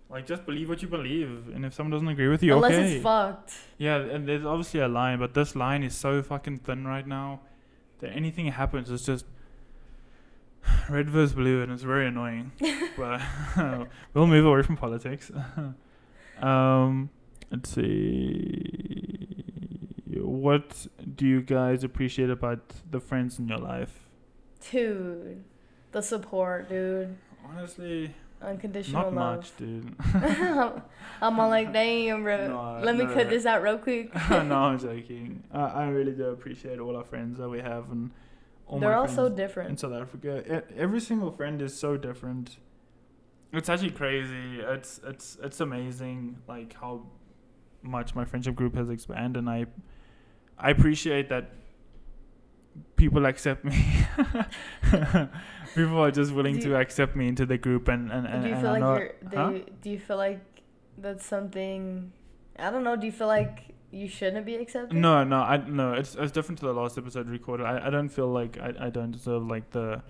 B: like just believe what you believe, and if someone doesn't agree with you,
A: Unless
B: okay.
A: it's fucked.
B: yeah, and there's obviously a line, but this line is so fucking thin right now that anything happens, it's just red versus blue, and it's very annoying. but we'll move away from politics. um, let's see. What do you guys appreciate about the friends in your life?
A: Dude, the support, dude.
B: Honestly,
A: Unconditional
B: not
A: love.
B: much, dude.
A: I'm all like, damn, bro.
B: No,
A: Let me
B: no.
A: cut this out real quick.
B: no, I'm joking. I, I really do appreciate all our friends that we have and all
A: They're
B: my
A: all
B: friends
A: so
B: in
A: different.
B: South Africa. E- Every single friend is so different. It's actually crazy. It's it's it's amazing like how much my friendship group has expanded and I I appreciate that people accept me. people are just willing
A: Do
B: to
A: you-
B: accept me into the group and and, and,
A: do you
B: and
A: feel
B: I
A: like
B: know-
A: you're? Do,
B: Huh?
A: you, do you feel like that's something? I don't know. Do you feel like you shouldn't be accepted?
B: No, no, I no. It's it's different to the last episode we recorded. I, I don't feel like I, I don't deserve like the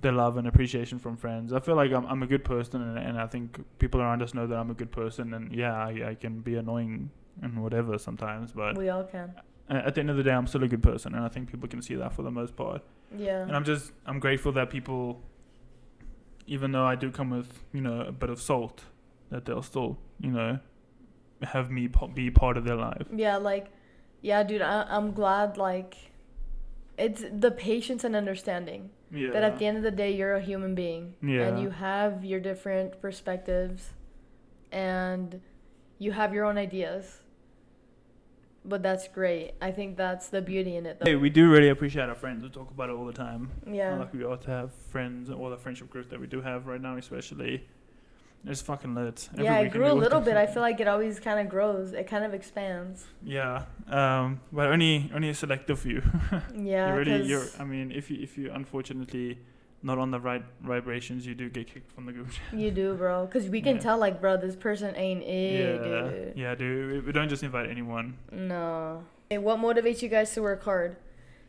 B: the love and appreciation from friends. I feel like I'm I'm a good person, and, and I think people around us know that I'm a good person. And yeah, I, I can be annoying and whatever sometimes, but
A: We all can.
B: a- at the end of the day, I'm still a good person, and I think people can see that for the most part. And
A: Yeah.
B: I'm just I'm grateful that people, even though I do come with you know a bit of salt, that they'll still you know have me po- be part of their life.
A: Yeah, like, yeah, dude. I, I'm glad. Like, it's the patience and understanding
B: Yeah.
A: that at the end of the day, you're a human being.
B: Yeah.
A: And you have your different perspectives and you have your own ideas. But that's great. I think that's the beauty in it
B: Hey,
A: though.
B: we do really appreciate our friends. We talk about it all the time. How
A: Yeah.
B: lucky we are to have friends and all the friendship groups that we do have right now, especially. It's fucking lit. Every
A: yeah, it
B: weekend we
A: grew a
B: walk
A: little
B: in-
A: bit. I feel like it always kind of grows. It kind of expands.
B: Yeah, um, but only only a selective few.
A: Yeah.
B: you really,
A: 'cause-
B: you're. I mean, if you if you unfortunately not on the right vibrations, you do get kicked from the group.
A: you do, bro. Because we can
B: Yeah.
A: tell, like, bro, this person ain't it,
B: yeah,
A: dude.
B: yeah, dude. We, we don't just invite anyone.
A: No. Okay, what motivates you guys to work hard?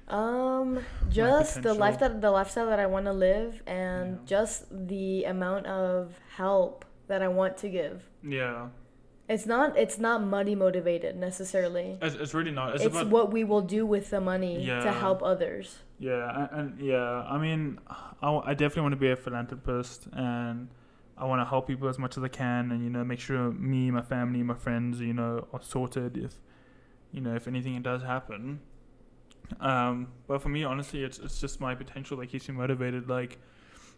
A: Um, just the life
B: potential.
A: that the lifestyle that I want to live, and
B: Yeah.
A: just the amount of help that I want to give.
B: Yeah,
A: It's not it's not money motivated necessarily.
B: it's, it's really not. It's,
A: It's,
B: about
A: what we will do with the money to
B: Yeah.
A: help others.
B: Yeah, a- and yeah, I mean, I, w- I definitely want to be a philanthropist, and I want to help people as much as I can, and you know, make sure me, my family, my friends, you know, are sorted if, you know, if anything does happen. Um, but for me, honestly, it's it's just my potential that keeps me motivated. Like,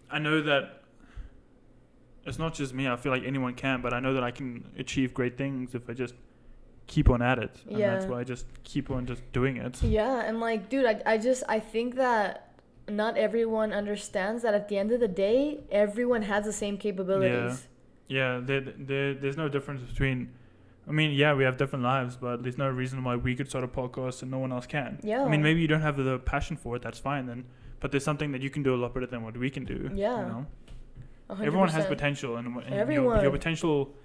B: I know that it's not just me. I feel like anyone can, but I know that I can achieve great things if I just keep on at it, and that's
A: Yeah.
B: why I just keep on just doing it.
A: Yeah, and like dude, I I just I think that not everyone understands that at the end of the day, everyone has the same capabilities.
B: Yeah, there, there, there's no difference between I mean, yeah, we have different lives, but there's no reason why we could start a podcast and no one else can. I
A: Yeah.
B: mean, maybe you don't have the passion for it. That's fine then. But there's something that you can do a lot better than what we can do.
A: Yeah.
B: You know?
A: 100%.
B: Everyone has potential, and, wh- and Your, your
A: Everyone.
B: potential,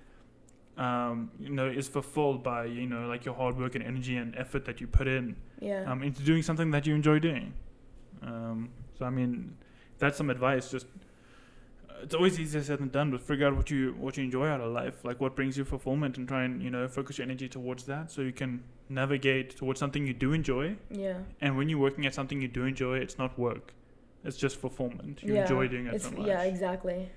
B: um, you know, is fulfilled by you know like your hard work and energy and effort that you put in
A: Yeah.
B: um, into doing something that you enjoy doing. Um, so I mean, that's some advice. Just uh, it's always easier said than done, but figure out what you what you enjoy out of life, like what brings you fulfillment, and try and you know focus your energy towards that, so you can navigate towards something you do enjoy.
A: yeah.
B: And when you're working at something you do enjoy, it's not work. It's just fulfillment. You
A: yeah.
B: enjoy doing it
A: it's,
B: so much.
A: Yeah, exactly.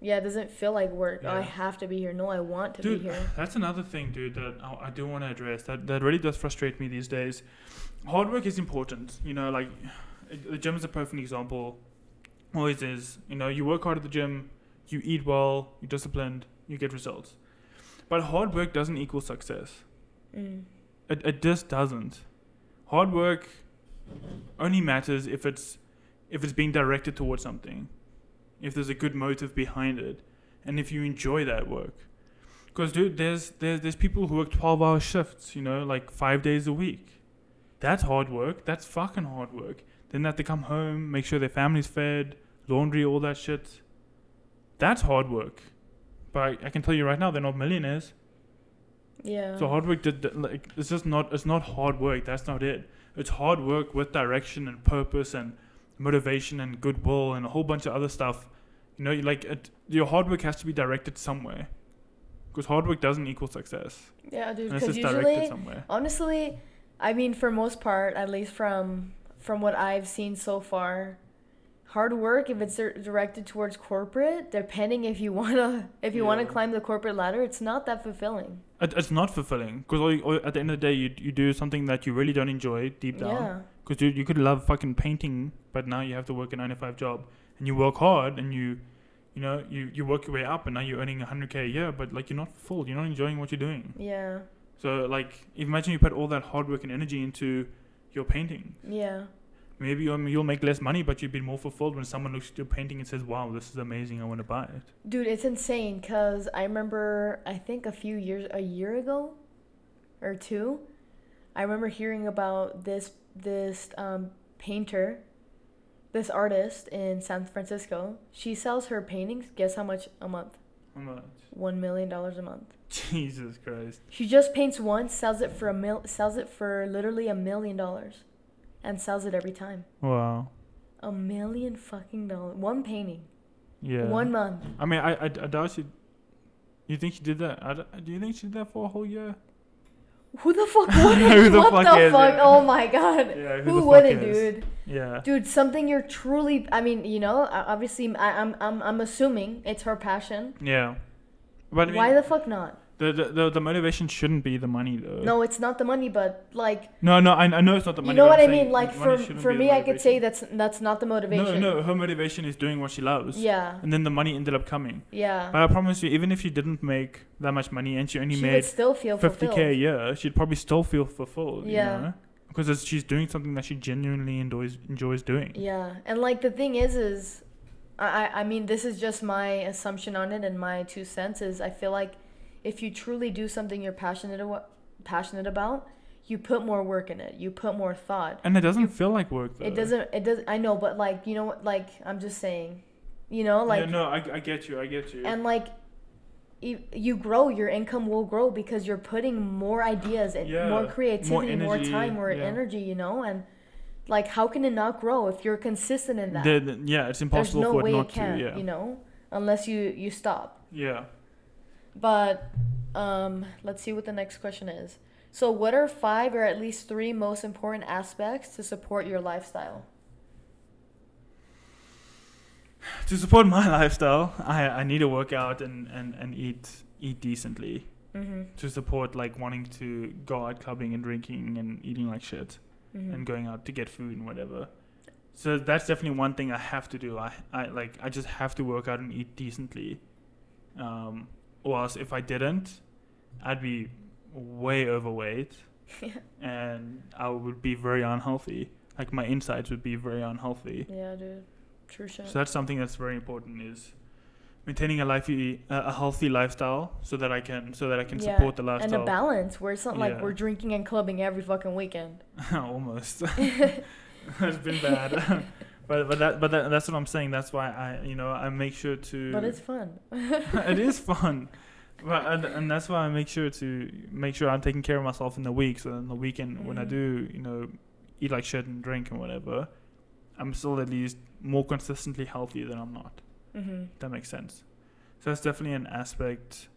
A: Yeah, it doesn't feel like work. Oh, I
B: Yeah.
A: have to be here. No, I want to
B: dude,
A: be here.
B: that's another thing, dude, that I, I do want to address. That that really does frustrate me these days. Hard work is important. You know, like the gym is a perfect example. Always is. You know, you work hard at the gym, you eat well, you're disciplined, you get results. But hard work doesn't equal success.
A: Mm.
B: It it just doesn't. Hard work only matters if it's if it's being directed towards something, if there's a good motive behind it, and if you enjoy that work. Because dude, there's there's there's people who work twelve hour shifts, you know, like five days a week. That's hard work. That's fucking hard work. Then they have to come home, make sure their family's fed, laundry, all that shit. That's hard work. But I, I can tell you right now, they're not millionaires.
A: Yeah.
B: So hard work did like it's just not it's not hard work. That's not it. It's hard work with direction and purpose and motivation and goodwill and a whole bunch of other stuff. You know, you like it, your hard work has to be directed somewhere, because hard work doesn't equal success
A: yeah, dude.
B: unless
A: Because
B: it's directed
A: usually,
B: somewhere.
A: honestly, I mean, for most part, at least from from what I've seen so far, hard work if it's dir- directed towards corporate, depending if you wanna if you wanna
B: Yeah.
A: climb the corporate ladder, it's not that fulfilling.
B: It, it's not fulfilling because all you, all, at the end of the day, you you do something that you really don't enjoy deep down.
A: Yeah.
B: Because dude, you could love fucking painting, but now you have to work a nine to five job, and you work hard, and you, you know, you you work your way up, and now you're earning 100k a year, but like you're not full, you're not enjoying what you're doing.
A: Yeah.
B: So like, imagine you put all that hard work and energy into your painting.
A: Yeah.
B: Maybe you'll, you'll make less money, but you'd be more fulfilled when someone looks at your painting and says, "Wow, this is amazing. I want to buy it."
A: Dude, it's insane because I remember, I think a few years, a year ago or two, I remember hearing about this this um, painter, this artist in San Francisco. She sells her paintings. Guess how much a month?
B: How much?
A: One million dollars a month.
B: Jesus Christ.
A: She just paints once, sells it for a mil, sells it for literally a million dollars, and sells it every time.
B: Wow.
A: A million fucking dollars. One painting.
B: Yeah.
A: One month.
B: I mean, I, I, I doubt she. You think she did that? I, d- do you think she did that for a whole year?
A: Who the fuck would it?
B: Who the
A: what
B: fuck
A: the
B: is
A: fuck?
B: it?
A: Oh my god.
B: Yeah.
A: Who, would it, dude?
B: Yeah.
A: Dude, something you're truly. I mean, you know, I- obviously, I, I'm, I'm, I'm assuming it's her passion.
B: Yeah. But I mean,
A: Why the fuck not?
B: the, the, the the motivation shouldn't be the money though.
A: No, it's not the money, but like,
B: No, no, I, I know it's not uh, the money.
A: you know
B: but
A: what I
B: I'm
A: mean.
B: saying
A: Like
B: money
A: for
B: shouldn't
A: for
B: be the
A: me, I could say
B: motivation.
A: that's that's not the motivation.
B: No, no, her motivation is doing what she loves.
A: Yeah,
B: And then the money ended up coming.
A: yeah.
B: But I promise you, even if she didn't make that much money and she only
A: She would
B: made
A: still feel
B: fifty
A: fulfilled.
B: k a year, she'd probably still feel fulfilled.
A: Yeah.
B: You know? Because it's, she's doing something that she genuinely enjoys enjoys doing.
A: Yeah, and like the thing is, is I I- I mean this is just my assumption on it and my two cents is I feel like if you truly do something you're passionate about, passionate about, you put more work in it. You put more thought.
B: And it doesn't feel like work though.
A: It doesn't. It does. I know, but like you know, what like I'm just saying, you know, like
B: yeah, no, I, I get you. I get you.
A: and like. You, you grow your income will grow because you're putting more ideas and
B: Yeah,
A: more
B: more
A: creativity more,
B: energy,
A: time more
B: yeah.
A: energy you know and like how can it not grow if you're consistent in that
B: The- the- yeah, it's impossible
A: there's no
B: for
A: way
B: it
A: it
B: not
A: can,
B: to. Yeah.
A: you know, unless you you stop.
B: Yeah.
A: But um, let's see what the next question is. So, what are five or at least three most important aspects to support your lifestyle?
B: to support my lifestyle, I, I need to work out and, and, and eat eat decently
A: Mm-hmm.
B: to support like wanting to go out clubbing and drinking and eating like shit
A: Mm-hmm.
B: and going out to get food and whatever. So that's definitely one thing I have to do. I, I like I just have to work out and eat decently. Um, or else if I didn't, I'd be way overweight and I would be very unhealthy. Like my insides would be very unhealthy.
A: yeah, dude. True shit.
B: So that's something that's very important is maintaining a life, a a healthy lifestyle, so that I can, so that I can
A: Yeah,
B: support the
A: and a
B: lifestyle.
A: balance where it's not like
B: Yeah.
A: we're drinking and clubbing every fucking weekend.
B: Almost. it's been bad. but but that but that, that's what I'm saying. That's why I you know I make sure to.
A: But it's fun.
B: it is fun. But and, and that's why I make sure to make sure I'm taking care of myself in the week. So in the weekend when I
A: Mhm.
B: do you know eat like shit and drink and whatever, I'm still at least more consistently healthy than I'm not.
A: hmm
B: That makes sense. So that's definitely an aspect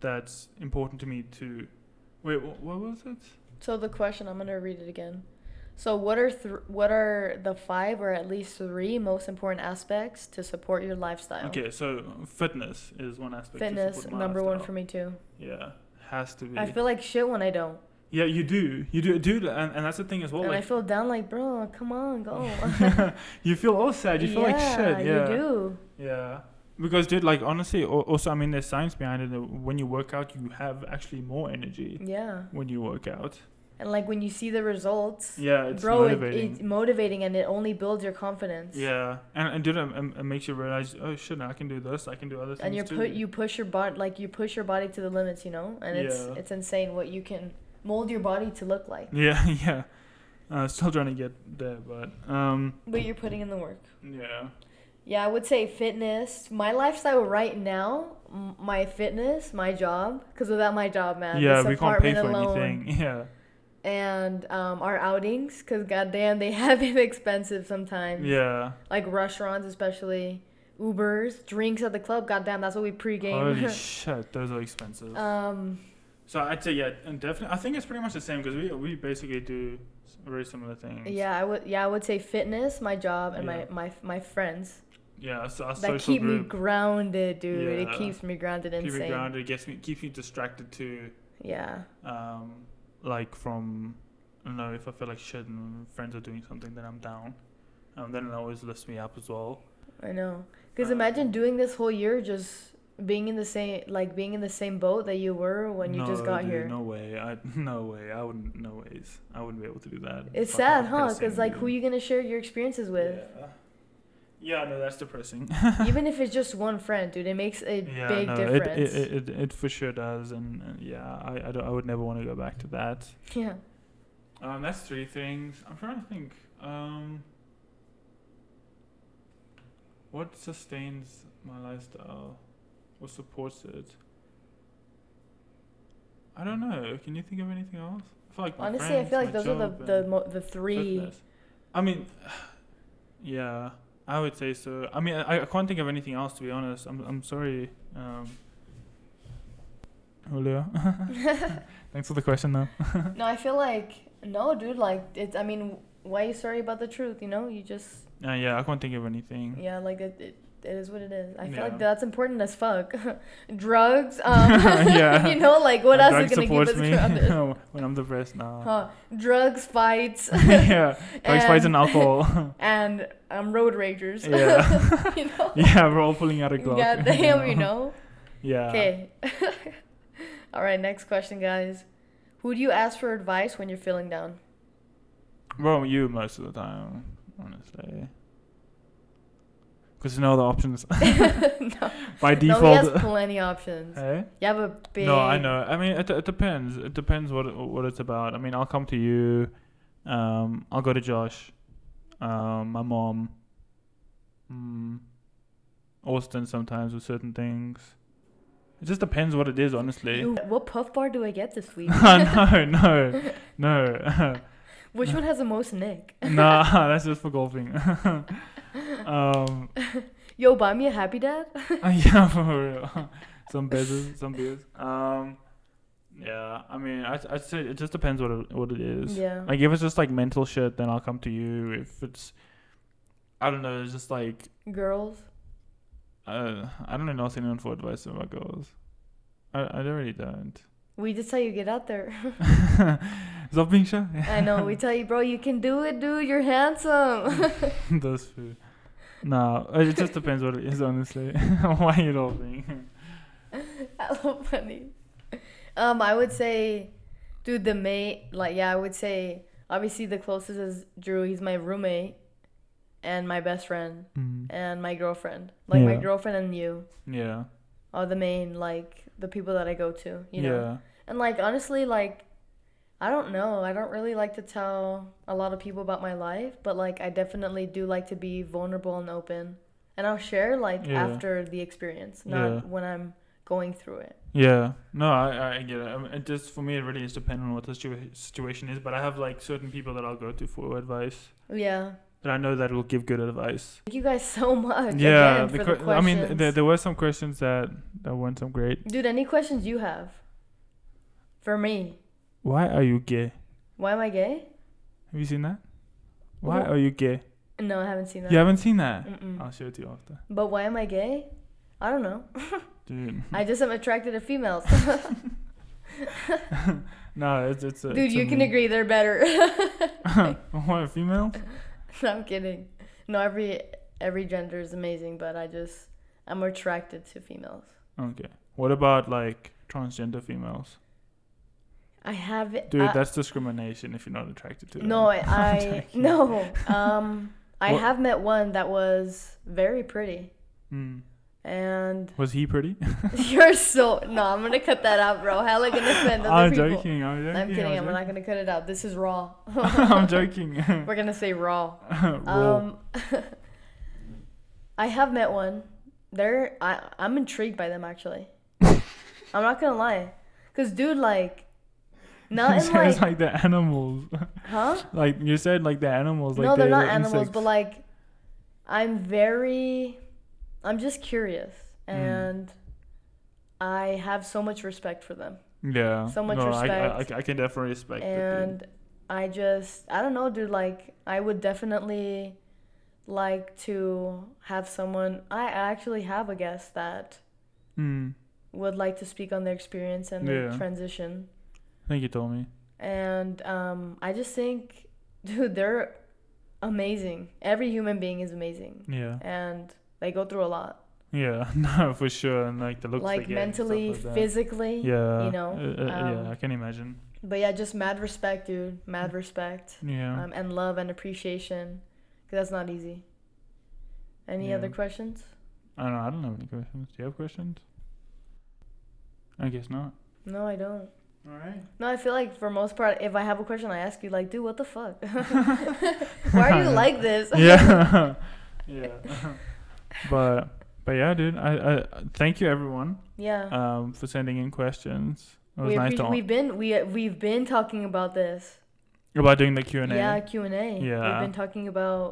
B: that's important to me to. Wait, wh- what was it?
A: So the question, I'm gonna read it again. So what are th- what are the five or at least three most important aspects to support your lifestyle?
B: Okay, so fitness is one aspect. to
A: Fitness
B: support my
A: number one
B: lifestyle.
A: for me too.
B: Yeah, has to be.
A: I feel like shit when I don't,
B: yeah, you do, you do, dude, and, and that's the thing as well.
A: and I
B: like,
A: feel down. Like bro, come on, go.
B: you feel all sad. You feel like shit. Yeah,
A: you do.
B: yeah. Because, dude, like honestly, al- also, I mean, there's science behind it. that When you work out, you have actually more energy
A: Yeah,
B: when you work out.
A: and like when you see the results,
B: Yeah, it's
A: bro, it,
B: motivating.
A: it's motivating and it only builds your confidence.
B: yeah, and and dude, it, it it makes you realize, oh shit, I can do this. I can do other things
A: and you
B: too.
A: put you push your body like you push your body to the limits, you know, and it's
B: Yeah.
A: it's insane what you can mold your body to look like.
B: Yeah, yeah. Uh, still trying to get there, but um,
A: But you're putting in the work.
B: yeah.
A: Yeah, I would say fitness. My lifestyle right now, m- my fitness, my job. Because without my job, man,
B: yeah,
A: this
B: we can't pay
A: apartment
B: for
A: alone
B: anything. Yeah,
A: And um, our outings, because goddamn, they have been expensive sometimes.
B: yeah.
A: Like restaurants, especially Ubers, drinks at the club. Goddamn, that's what we
B: Holy
A: pregame.
B: shit, those are expensive.
A: um,
B: So I'd say yeah, and definitely. I think it's pretty much the same because we we basically do s- very similar things.
A: yeah, I would. Yeah, I would say fitness, my job, and
B: Yeah.
A: my, my my friends
B: Yeah. So our
A: that
B: social
A: keep me
B: group
A: grounded, dude.
B: Yeah.
A: It keeps me grounded,
B: keep
A: insane.
B: you grounded, gets me keeps you distracted too.
A: Yeah.
B: Um, like from I don't know if I feel like shit and friends are doing something, then I'm down. Um, then it always lifts me up as well.
A: I know. Because
B: Uh,
A: imagine doing this whole year just being in the same like being in the same boat that you were when you just
B: No,
A: got
B: dude,
A: here.
B: No way. I no way. I wouldn't. No ways. I wouldn't be able to do that.
A: It's
B: Fuck,
A: sad,
B: that's
A: huh?
B: depressing,
A: Because like who
B: dude.
A: you gonna share your experiences with?
B: Yeah. Yeah. No, that's depressing.
A: Even if it's just one friend, dude, it makes a big
B: it,
A: difference.
B: it, it, it, it for sure does, and uh, yeah, I I, don't, I would never want to go back to that.
A: yeah.
B: Um, that's three things. I'm trying to think. Um, what sustains my lifestyle, or supports it? I don't know. Can you think of anything else? I feel like my
A: Honestly, I
B: friends,
A: feel like
B: my
A: those are
B: job,
A: the the
B: and
A: mo- the three.
B: fitness. I mean, yeah, I would say so. I mean, I, I can't think of anything else to be honest. I'm I'm sorry. Um, Julio, thanks for the question though.
A: No, I feel like no, dude. Like it's. I mean, why are you sorry about the truth? You know, you just
B: Uh, yeah, I can't think of anything.
A: yeah. Like it. it it is what it is. I feel
B: Yeah.
A: like that's important as fuck. Drugs, um,
B: Yeah.
A: you know, like what
B: My
A: else
B: drug
A: is gonna keep
B: supports Oh,
A: us grounded?
B: when I'm depressed now.
A: Huh. Drugs, fights,
B: yeah, drugs, fights,
A: And-
B: and alcohol.
A: and um, road ragers.
B: Yeah.
A: you know?
B: yeah, we're all pulling out a Glock.
A: God damn, you know?
B: Yeah.
A: Okay. All right, next question, guys. Who do you ask for advice when you're feeling down?
B: Well, you most of the time, honestly. Because you know the options
A: no.
B: by
A: No, he
B: default.
A: has plenty options.
B: Hey?
A: You have a big.
B: No, I know. I mean, it, it depends. It depends what it- what it's about. I mean, I'll come to you. Um, I'll go to Josh, um, my mom, mm, Austin sometimes with certain things. It just depends what it is, honestly.
A: Ew, what puff bar do I get this week?
B: no, no, no,
A: Which
B: Uh.
A: one has the most Nick?
B: nah. That's just for golfing. um,
A: Yo, buy me a happy dad?
B: Uh, yeah, for real. some beers, some beers. Um, yeah. I mean, I I say it just depends what it, what it is.
A: yeah.
B: Like if it's just like mental shit, then I'll come to you. If it's, I don't know, it's just like
A: Girls?
B: uh, I don't know, ask anyone for advice about girls. I I really don't.
A: We just tell you get out there.
B: Stop being shy.
A: I know. We tell you, bro, you can do it, dude. You're
B: Mm.
A: handsome.
B: Those food. No, it just depends what it is, honestly. Why you laughing?
A: Hello, funny. Um, I would say, dude, the mate. Like, yeah, I would say. Obviously, the closest is Drew. He's my roommate, and my best friend
B: Mm.
A: and my girlfriend. Like my
B: Yeah.
A: girlfriend and you
B: Yeah.
A: are the main like the people that I go to, you
B: yeah.
A: know. And like honestly, like I don't know. I don't really like to tell a lot of people about my life, but like I definitely do like to be vulnerable and open. And I'll share like
B: Yeah.
A: after the experience, not
B: Yeah.
A: when I'm going through it.
B: Yeah, no, I, I get it. I mean, it just for me, it really is dependent on what the situa- situation is. But I have like certain people that I'll go to for advice
A: Yeah.
B: that I know that will give good advice.
A: Thank you guys so much.
B: yeah,
A: again, for
B: the
A: the
B: que- I
A: questions.
B: mean, there, there were some questions that that weren't so great.
A: Dude, any questions you have for me?
B: Why are you gay?
A: Why am I gay?
B: Have you seen that? Why
A: Wha-
B: are you gay?
A: No, I haven't seen that.
B: You haven't Ah. seen that?
A: Mm-mm.
B: I'll show it to you after,
A: But why am Mm-hmm. I gay? I don't know.
B: dude.
A: I just am attracted to females.
B: no, it's it's. A,
A: Dude,
B: it's
A: you
B: a
A: can
B: meme.
A: agree they're better.
B: what females?
A: no, I'm kidding. No, every every gender is amazing, but I just I'm attracted to females.
B: Okay. What about like transgender females?
A: I have it.
B: Dude,
A: I-
B: that's discrimination if you're not attracted to
A: Uh,
B: them.
A: no, I,
B: I'm
A: I
B: joking.
A: no. Um, I
B: What-
A: have met one that was very pretty,
B: Mm.
A: and
B: Was he pretty?
A: you're so no. I'm gonna cut that out, bro. How am I gonna offend other
B: I'm
A: people?
B: joking. I'm joking.
A: I'm kidding. I'm
B: joking.
A: not gonna cut it out. This is raw.
B: I'm joking.
A: We're gonna say raw.
B: Roll.
A: Um, I have met one. They're I I'm intrigued by them actually. I'm not gonna lie, cause dude, like, not in
B: Sounds
A: like,
B: like the animals.
A: huh?
B: like you said, like the animals. Like
A: no, they're
B: they
A: not
B: were
A: animals, but
B: insects.
A: like, I'm very, I'm just curious,
B: Hmm.
A: and I have so much respect for them,
B: yeah.
A: so much
B: no, I-
A: respect.
B: I, I, I can definitely respect it.
A: and I just, I don't know, dude. Like, I would definitely like to have someone. I actually have a guest that
B: Dude. Mm.
A: would like to speak on their experience and their
B: Yeah.
A: transition.
B: I think you told me.
A: And um, I just think, dude, they're amazing. Every human being is amazing,
B: Yeah.
A: and they go through a lot,
B: Yeah. No, for sure. And like the looks. they
A: like
B: get and stuff
A: mentally,
B: like that.
A: physically.
B: Yeah.
A: you know,
B: Uh, uh,
A: um,
B: yeah, I can imagine.
A: But yeah, just mad respect, dude. Mad respect,
B: Yeah.
A: um, and love and appreciation, 'cause that's not easy. Any
B: Yeah.
A: other questions?
B: I don't know. I don't have any questions. Do you have questions? I guess not.
A: No, I don't.
B: All right.
A: No, I feel like for most part, if I have a question, I ask you, like, dude, what the fuck? Why are you like this?
B: yeah. yeah. but but yeah, dude. I, I thank you everyone
A: yeah.
B: um for sending in questions. It was
A: Uh-huh. we
B: nice
A: appreci-
B: to
A: we've been we we've been talking about this.
B: about doing the Q and A.
A: Yeah, Q and A.
B: Yeah.
A: We've been talking about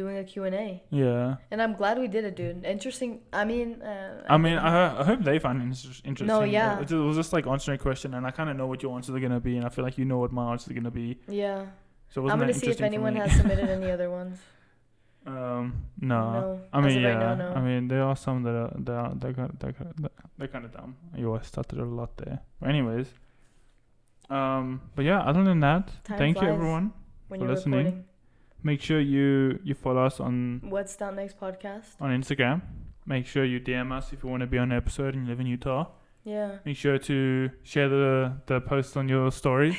A: doing a Q and A,
B: Yeah.
A: and I'm glad we did it, dude. Interesting. I mean. Uh,
B: I mean, I, ho- I hope they find it inter- interesting.
A: yeah.
B: It was just like answering a question, and I kind of know what your answers are gonna be, and I feel like you know what my answers are gonna be.
A: yeah.
B: So
A: I'm
B: it wasn't
A: gonna
B: that
A: see if
B: interesting for
A: anyone
B: me.
A: has submitted any other ones.
B: Um, no.
A: No.
B: I
A: As
B: mean,
A: of right
B: yeah.
A: now, no.
B: I mean, there are some that are that are, that kind that kind that kind of dumb. You I started a lot there. But anyways, um, but yeah. Other than that,
A: Time
B: thank you
A: flies
B: everyone.
A: When
B: For
A: you're
B: listening.
A: recording,
B: Make sure you you follow us on
A: what's that next podcast?
B: on Instagram. Make sure you DM us if you want to be on an episode and you live in Utah.
A: Yeah,
B: Make sure to share the the post on your story,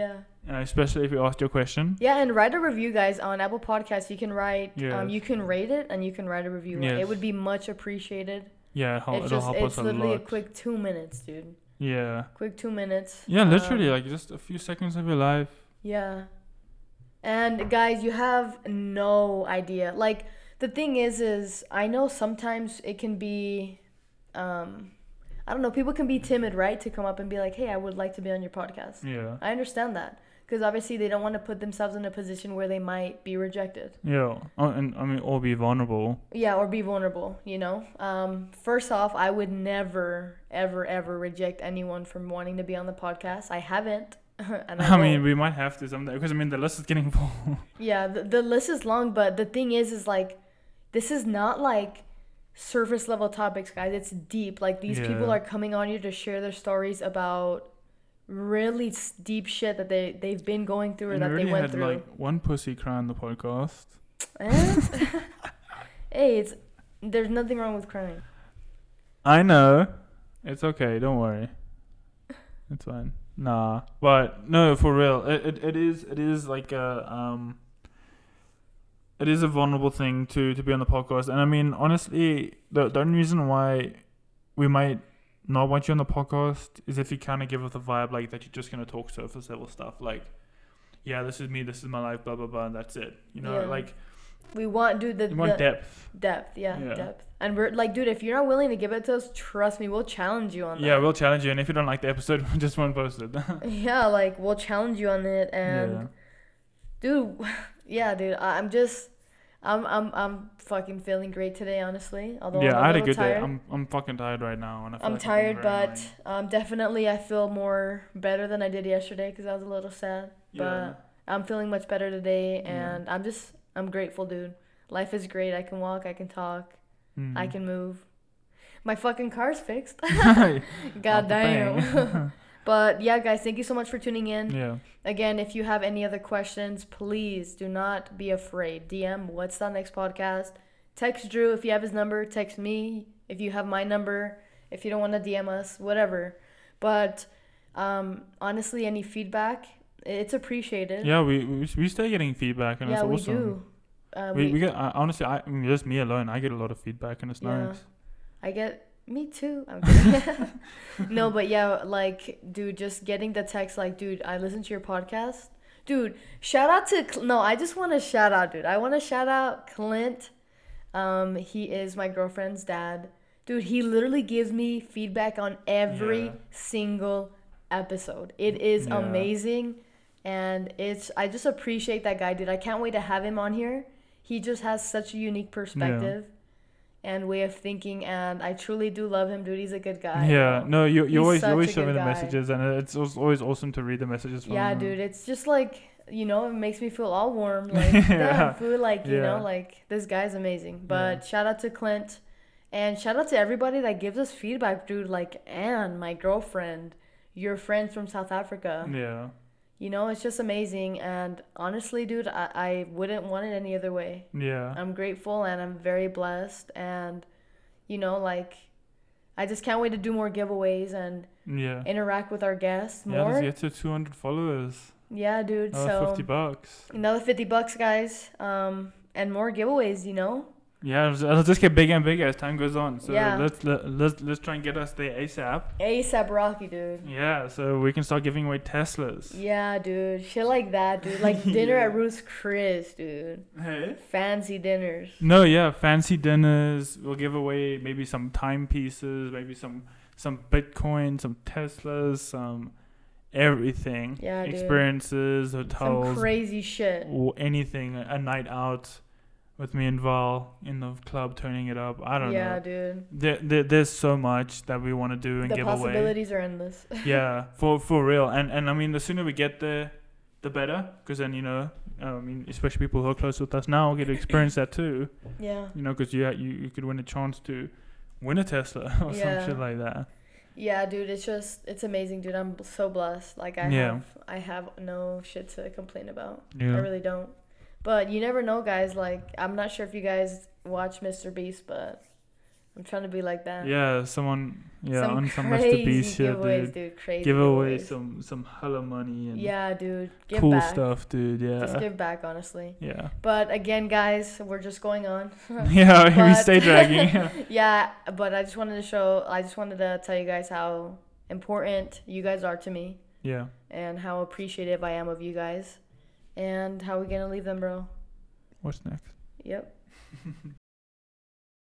A: yeah,
B: uh, especially if you asked your question.
A: yeah. And write a review, guys, on Apple Podcasts. You can write, um,
B: Yes.
A: you can rate it, and you can write a review. It
B: Yes.
A: would be much appreciated.
B: Yeah, it'll,
A: it's
B: it'll
A: just
B: help
A: it's
B: us a
A: literally
B: lot.
A: a quick two minutes, dude.
B: yeah,
A: Quick two minutes.
B: yeah, literally
A: Um,
B: like just a few seconds of your life.
A: Yeah. And guys, you have no idea. Like the thing is is I know sometimes it can be um I don't know, people can be timid, right? To come up and be like, "Hey, I would like to be on your podcast."
B: Yeah,
A: I understand that because obviously they don't want to put themselves in a position where they might be rejected.
B: Yeah, oh, and I mean, or be vulnerable.
A: Yeah, or be vulnerable, you know? Um first off, I would never ever ever reject anyone from wanting to be on the podcast. I haven't. and
B: I,
A: won't.
B: mean, we might have to someday because I mean, the list is getting full.
A: Yeah, the, the list is long, but the thing is, is like, this is not like surface level topics, guys. It's deep. Like, these people
B: Yeah.
A: are coming on here to share their stories about really s- deep shit that they, they've been going through or
B: and we
A: that
B: already
A: they went
B: had
A: through.
B: like one pussy cry on the podcast.
A: Eh? hey, it's there's nothing wrong with crying.
B: I know, it's okay. Don't worry, it's fine. Nah, but no, for real, it, it, it is it is like a um it is a vulnerable thing to to be on the podcast. And I mean, honestly, the the only reason why we might not want you on the podcast is if you kind of give off the vibe like that you're just gonna talk surface level stuff, like yeah, this is me, this is my life, blah blah blah, and that's it. You know,
A: Yeah.
B: like
A: We want, dude, the,
B: you want
A: the
B: depth.
A: depth, yeah,
B: Yeah.
A: depth. And we're like, dude, if you're not willing to give it to us, trust me, we'll challenge you on that.
B: Yeah, we'll challenge you, and if you don't like the episode, we just won't post it.
A: yeah, like we'll challenge you on it, and
B: yeah.
A: dude, yeah, dude, I, I'm just, I'm, I'm, I'm fucking feeling great today, honestly. Although
B: yeah,
A: I'm
B: I had a
A: little
B: good
A: tired.
B: day. I'm I'm fucking tired right now, and I feel
A: I'm
B: like being
A: tired,
B: very
A: but
B: annoying.
A: um, definitely I feel more better than I did yesterday because I was a little sad.
B: yeah.
A: But I'm feeling much better today,
B: Yeah.
A: and I'm just I'm grateful, dude. Life is great. I can walk. I can talk. I
B: Mm.
A: can move. My fucking car's fixed.
B: Not
A: God
B: the
A: damn.
B: bang.
A: but yeah, guys, thank you so much for tuning in.
B: yeah.
A: Again, if you have any other questions, please do not be afraid. DM what's that next podcast. Text Drew if you have his number. Text me if you have my number. If you don't want to DM us, whatever. But um, honestly, any feedback, it's appreciated.
B: Yeah, we, we we stay getting feedback and
A: Yeah,
B: it's
A: we
B: awesome.
A: do. Uh,
B: We,
A: we,
B: we get I, honestly, I I mean, just me alone, I get a lot of feedback and it's
A: Yeah.
B: nice.
A: I get me too. I'm kidding. no, but yeah, like, dude, just getting the text, like, dude, I listened to your podcast. Dude, shout out to Cl- no, I just want to shout out, dude. I want to shout out Clint. Um, he is my girlfriend's dad. Dude, he literally gives me feedback on every
B: Yeah.
A: single episode. It is
B: Yeah.
A: amazing, and it's I just appreciate that guy, dude. I can't wait to have him on here. He just has such a unique perspective and way of thinking, and I truly do love him, dude. He's a good guy.
B: yeah,
A: bro.
B: no, you you
A: He's
B: always you
A: such
B: always
A: a
B: show me
A: good
B: the
A: guy.
B: messages and it's als- always awesome to read the messages from
A: Yeah,
B: him.
A: dude, it's just like you know, it makes me feel all warm. Like
B: Yeah.
A: damn, food, like you know,
B: Yeah.
A: like this guy's amazing. But shout out to Clint, and shout out to everybody that gives us feedback, dude. Like Anne, my girlfriend, your friends from South Africa.
B: Yeah,
A: You know, it's just amazing. And honestly, dude, I, I wouldn't want it any other way.
B: yeah,
A: I'm grateful and I'm very blessed. And you know, like I just can't wait to do more giveaways and
B: yeah.
A: interact with our guests
B: Yeah,
A: Um, more.
B: let's
A: Yeah,
B: get to 200 followers.
A: dude.
B: Another
A: so
B: 50 bucks.
A: another 50 bucks guys um and more giveaways you know
B: Yeah, it'll, it'll just get bigger and bigger as time goes on. So
A: Yeah.
B: let's let, let's let's try and get us there ASAP.
A: asap rocky dude
B: Yeah, so we can start giving away Teslas.
A: yeah dude shit like that dude like dinner
B: Yeah.
A: at ruth's chris dude
B: Hey.
A: fancy dinners
B: No, yeah, fancy dinners. We'll give away maybe some timepieces, maybe some some Bitcoin, some Teslas, some everything.
A: Yeah, dude.
B: Experiences,
A: some
B: hotels,
A: crazy shit
B: or anything. A night out with me and Val in the club, turning it up. I don't
A: yeah
B: know.
A: dude
B: There, there, there's so much that we want to do and
A: the
B: give away.
A: possibilities are endless
B: yeah, for for real. And and I mean, the sooner we get there, the better. Because then you know, I mean, especially people who are close with us now get to experience that too.
A: yeah
B: You know, because you, ha- you you could win a chance to win a Tesla or
A: Yeah.
B: some shit like that.
A: yeah dude it's just it's amazing dude i'm so blessed like i
B: Yeah.
A: have i have no shit to complain about
B: Yeah.
A: i really don't but you never know guys like i'm not sure if you guys watch mr beast but i'm trying to be like that
B: yeah, someone yeah
A: some
B: on some Mr.
A: crazy
B: Beast shit,
A: giveaways,
B: dude.
A: Crazy
B: Give away
A: giveaways.
B: some some hella money and
A: Yeah, dude. Give
B: cool
A: back.
B: stuff, dude.
A: Just
B: Yeah.
A: give back, honestly.
B: Yeah.
A: But again, guys, we're just going on.
B: yeah, we
A: But-
B: stay dragging. Yeah.
A: yeah, but I just wanted to show. I just wanted to tell you guys how important you guys are to me,
B: yeah.
A: and how appreciative I am of you guys, and how we gonna leave them, bro.
B: What's next?
A: Yep.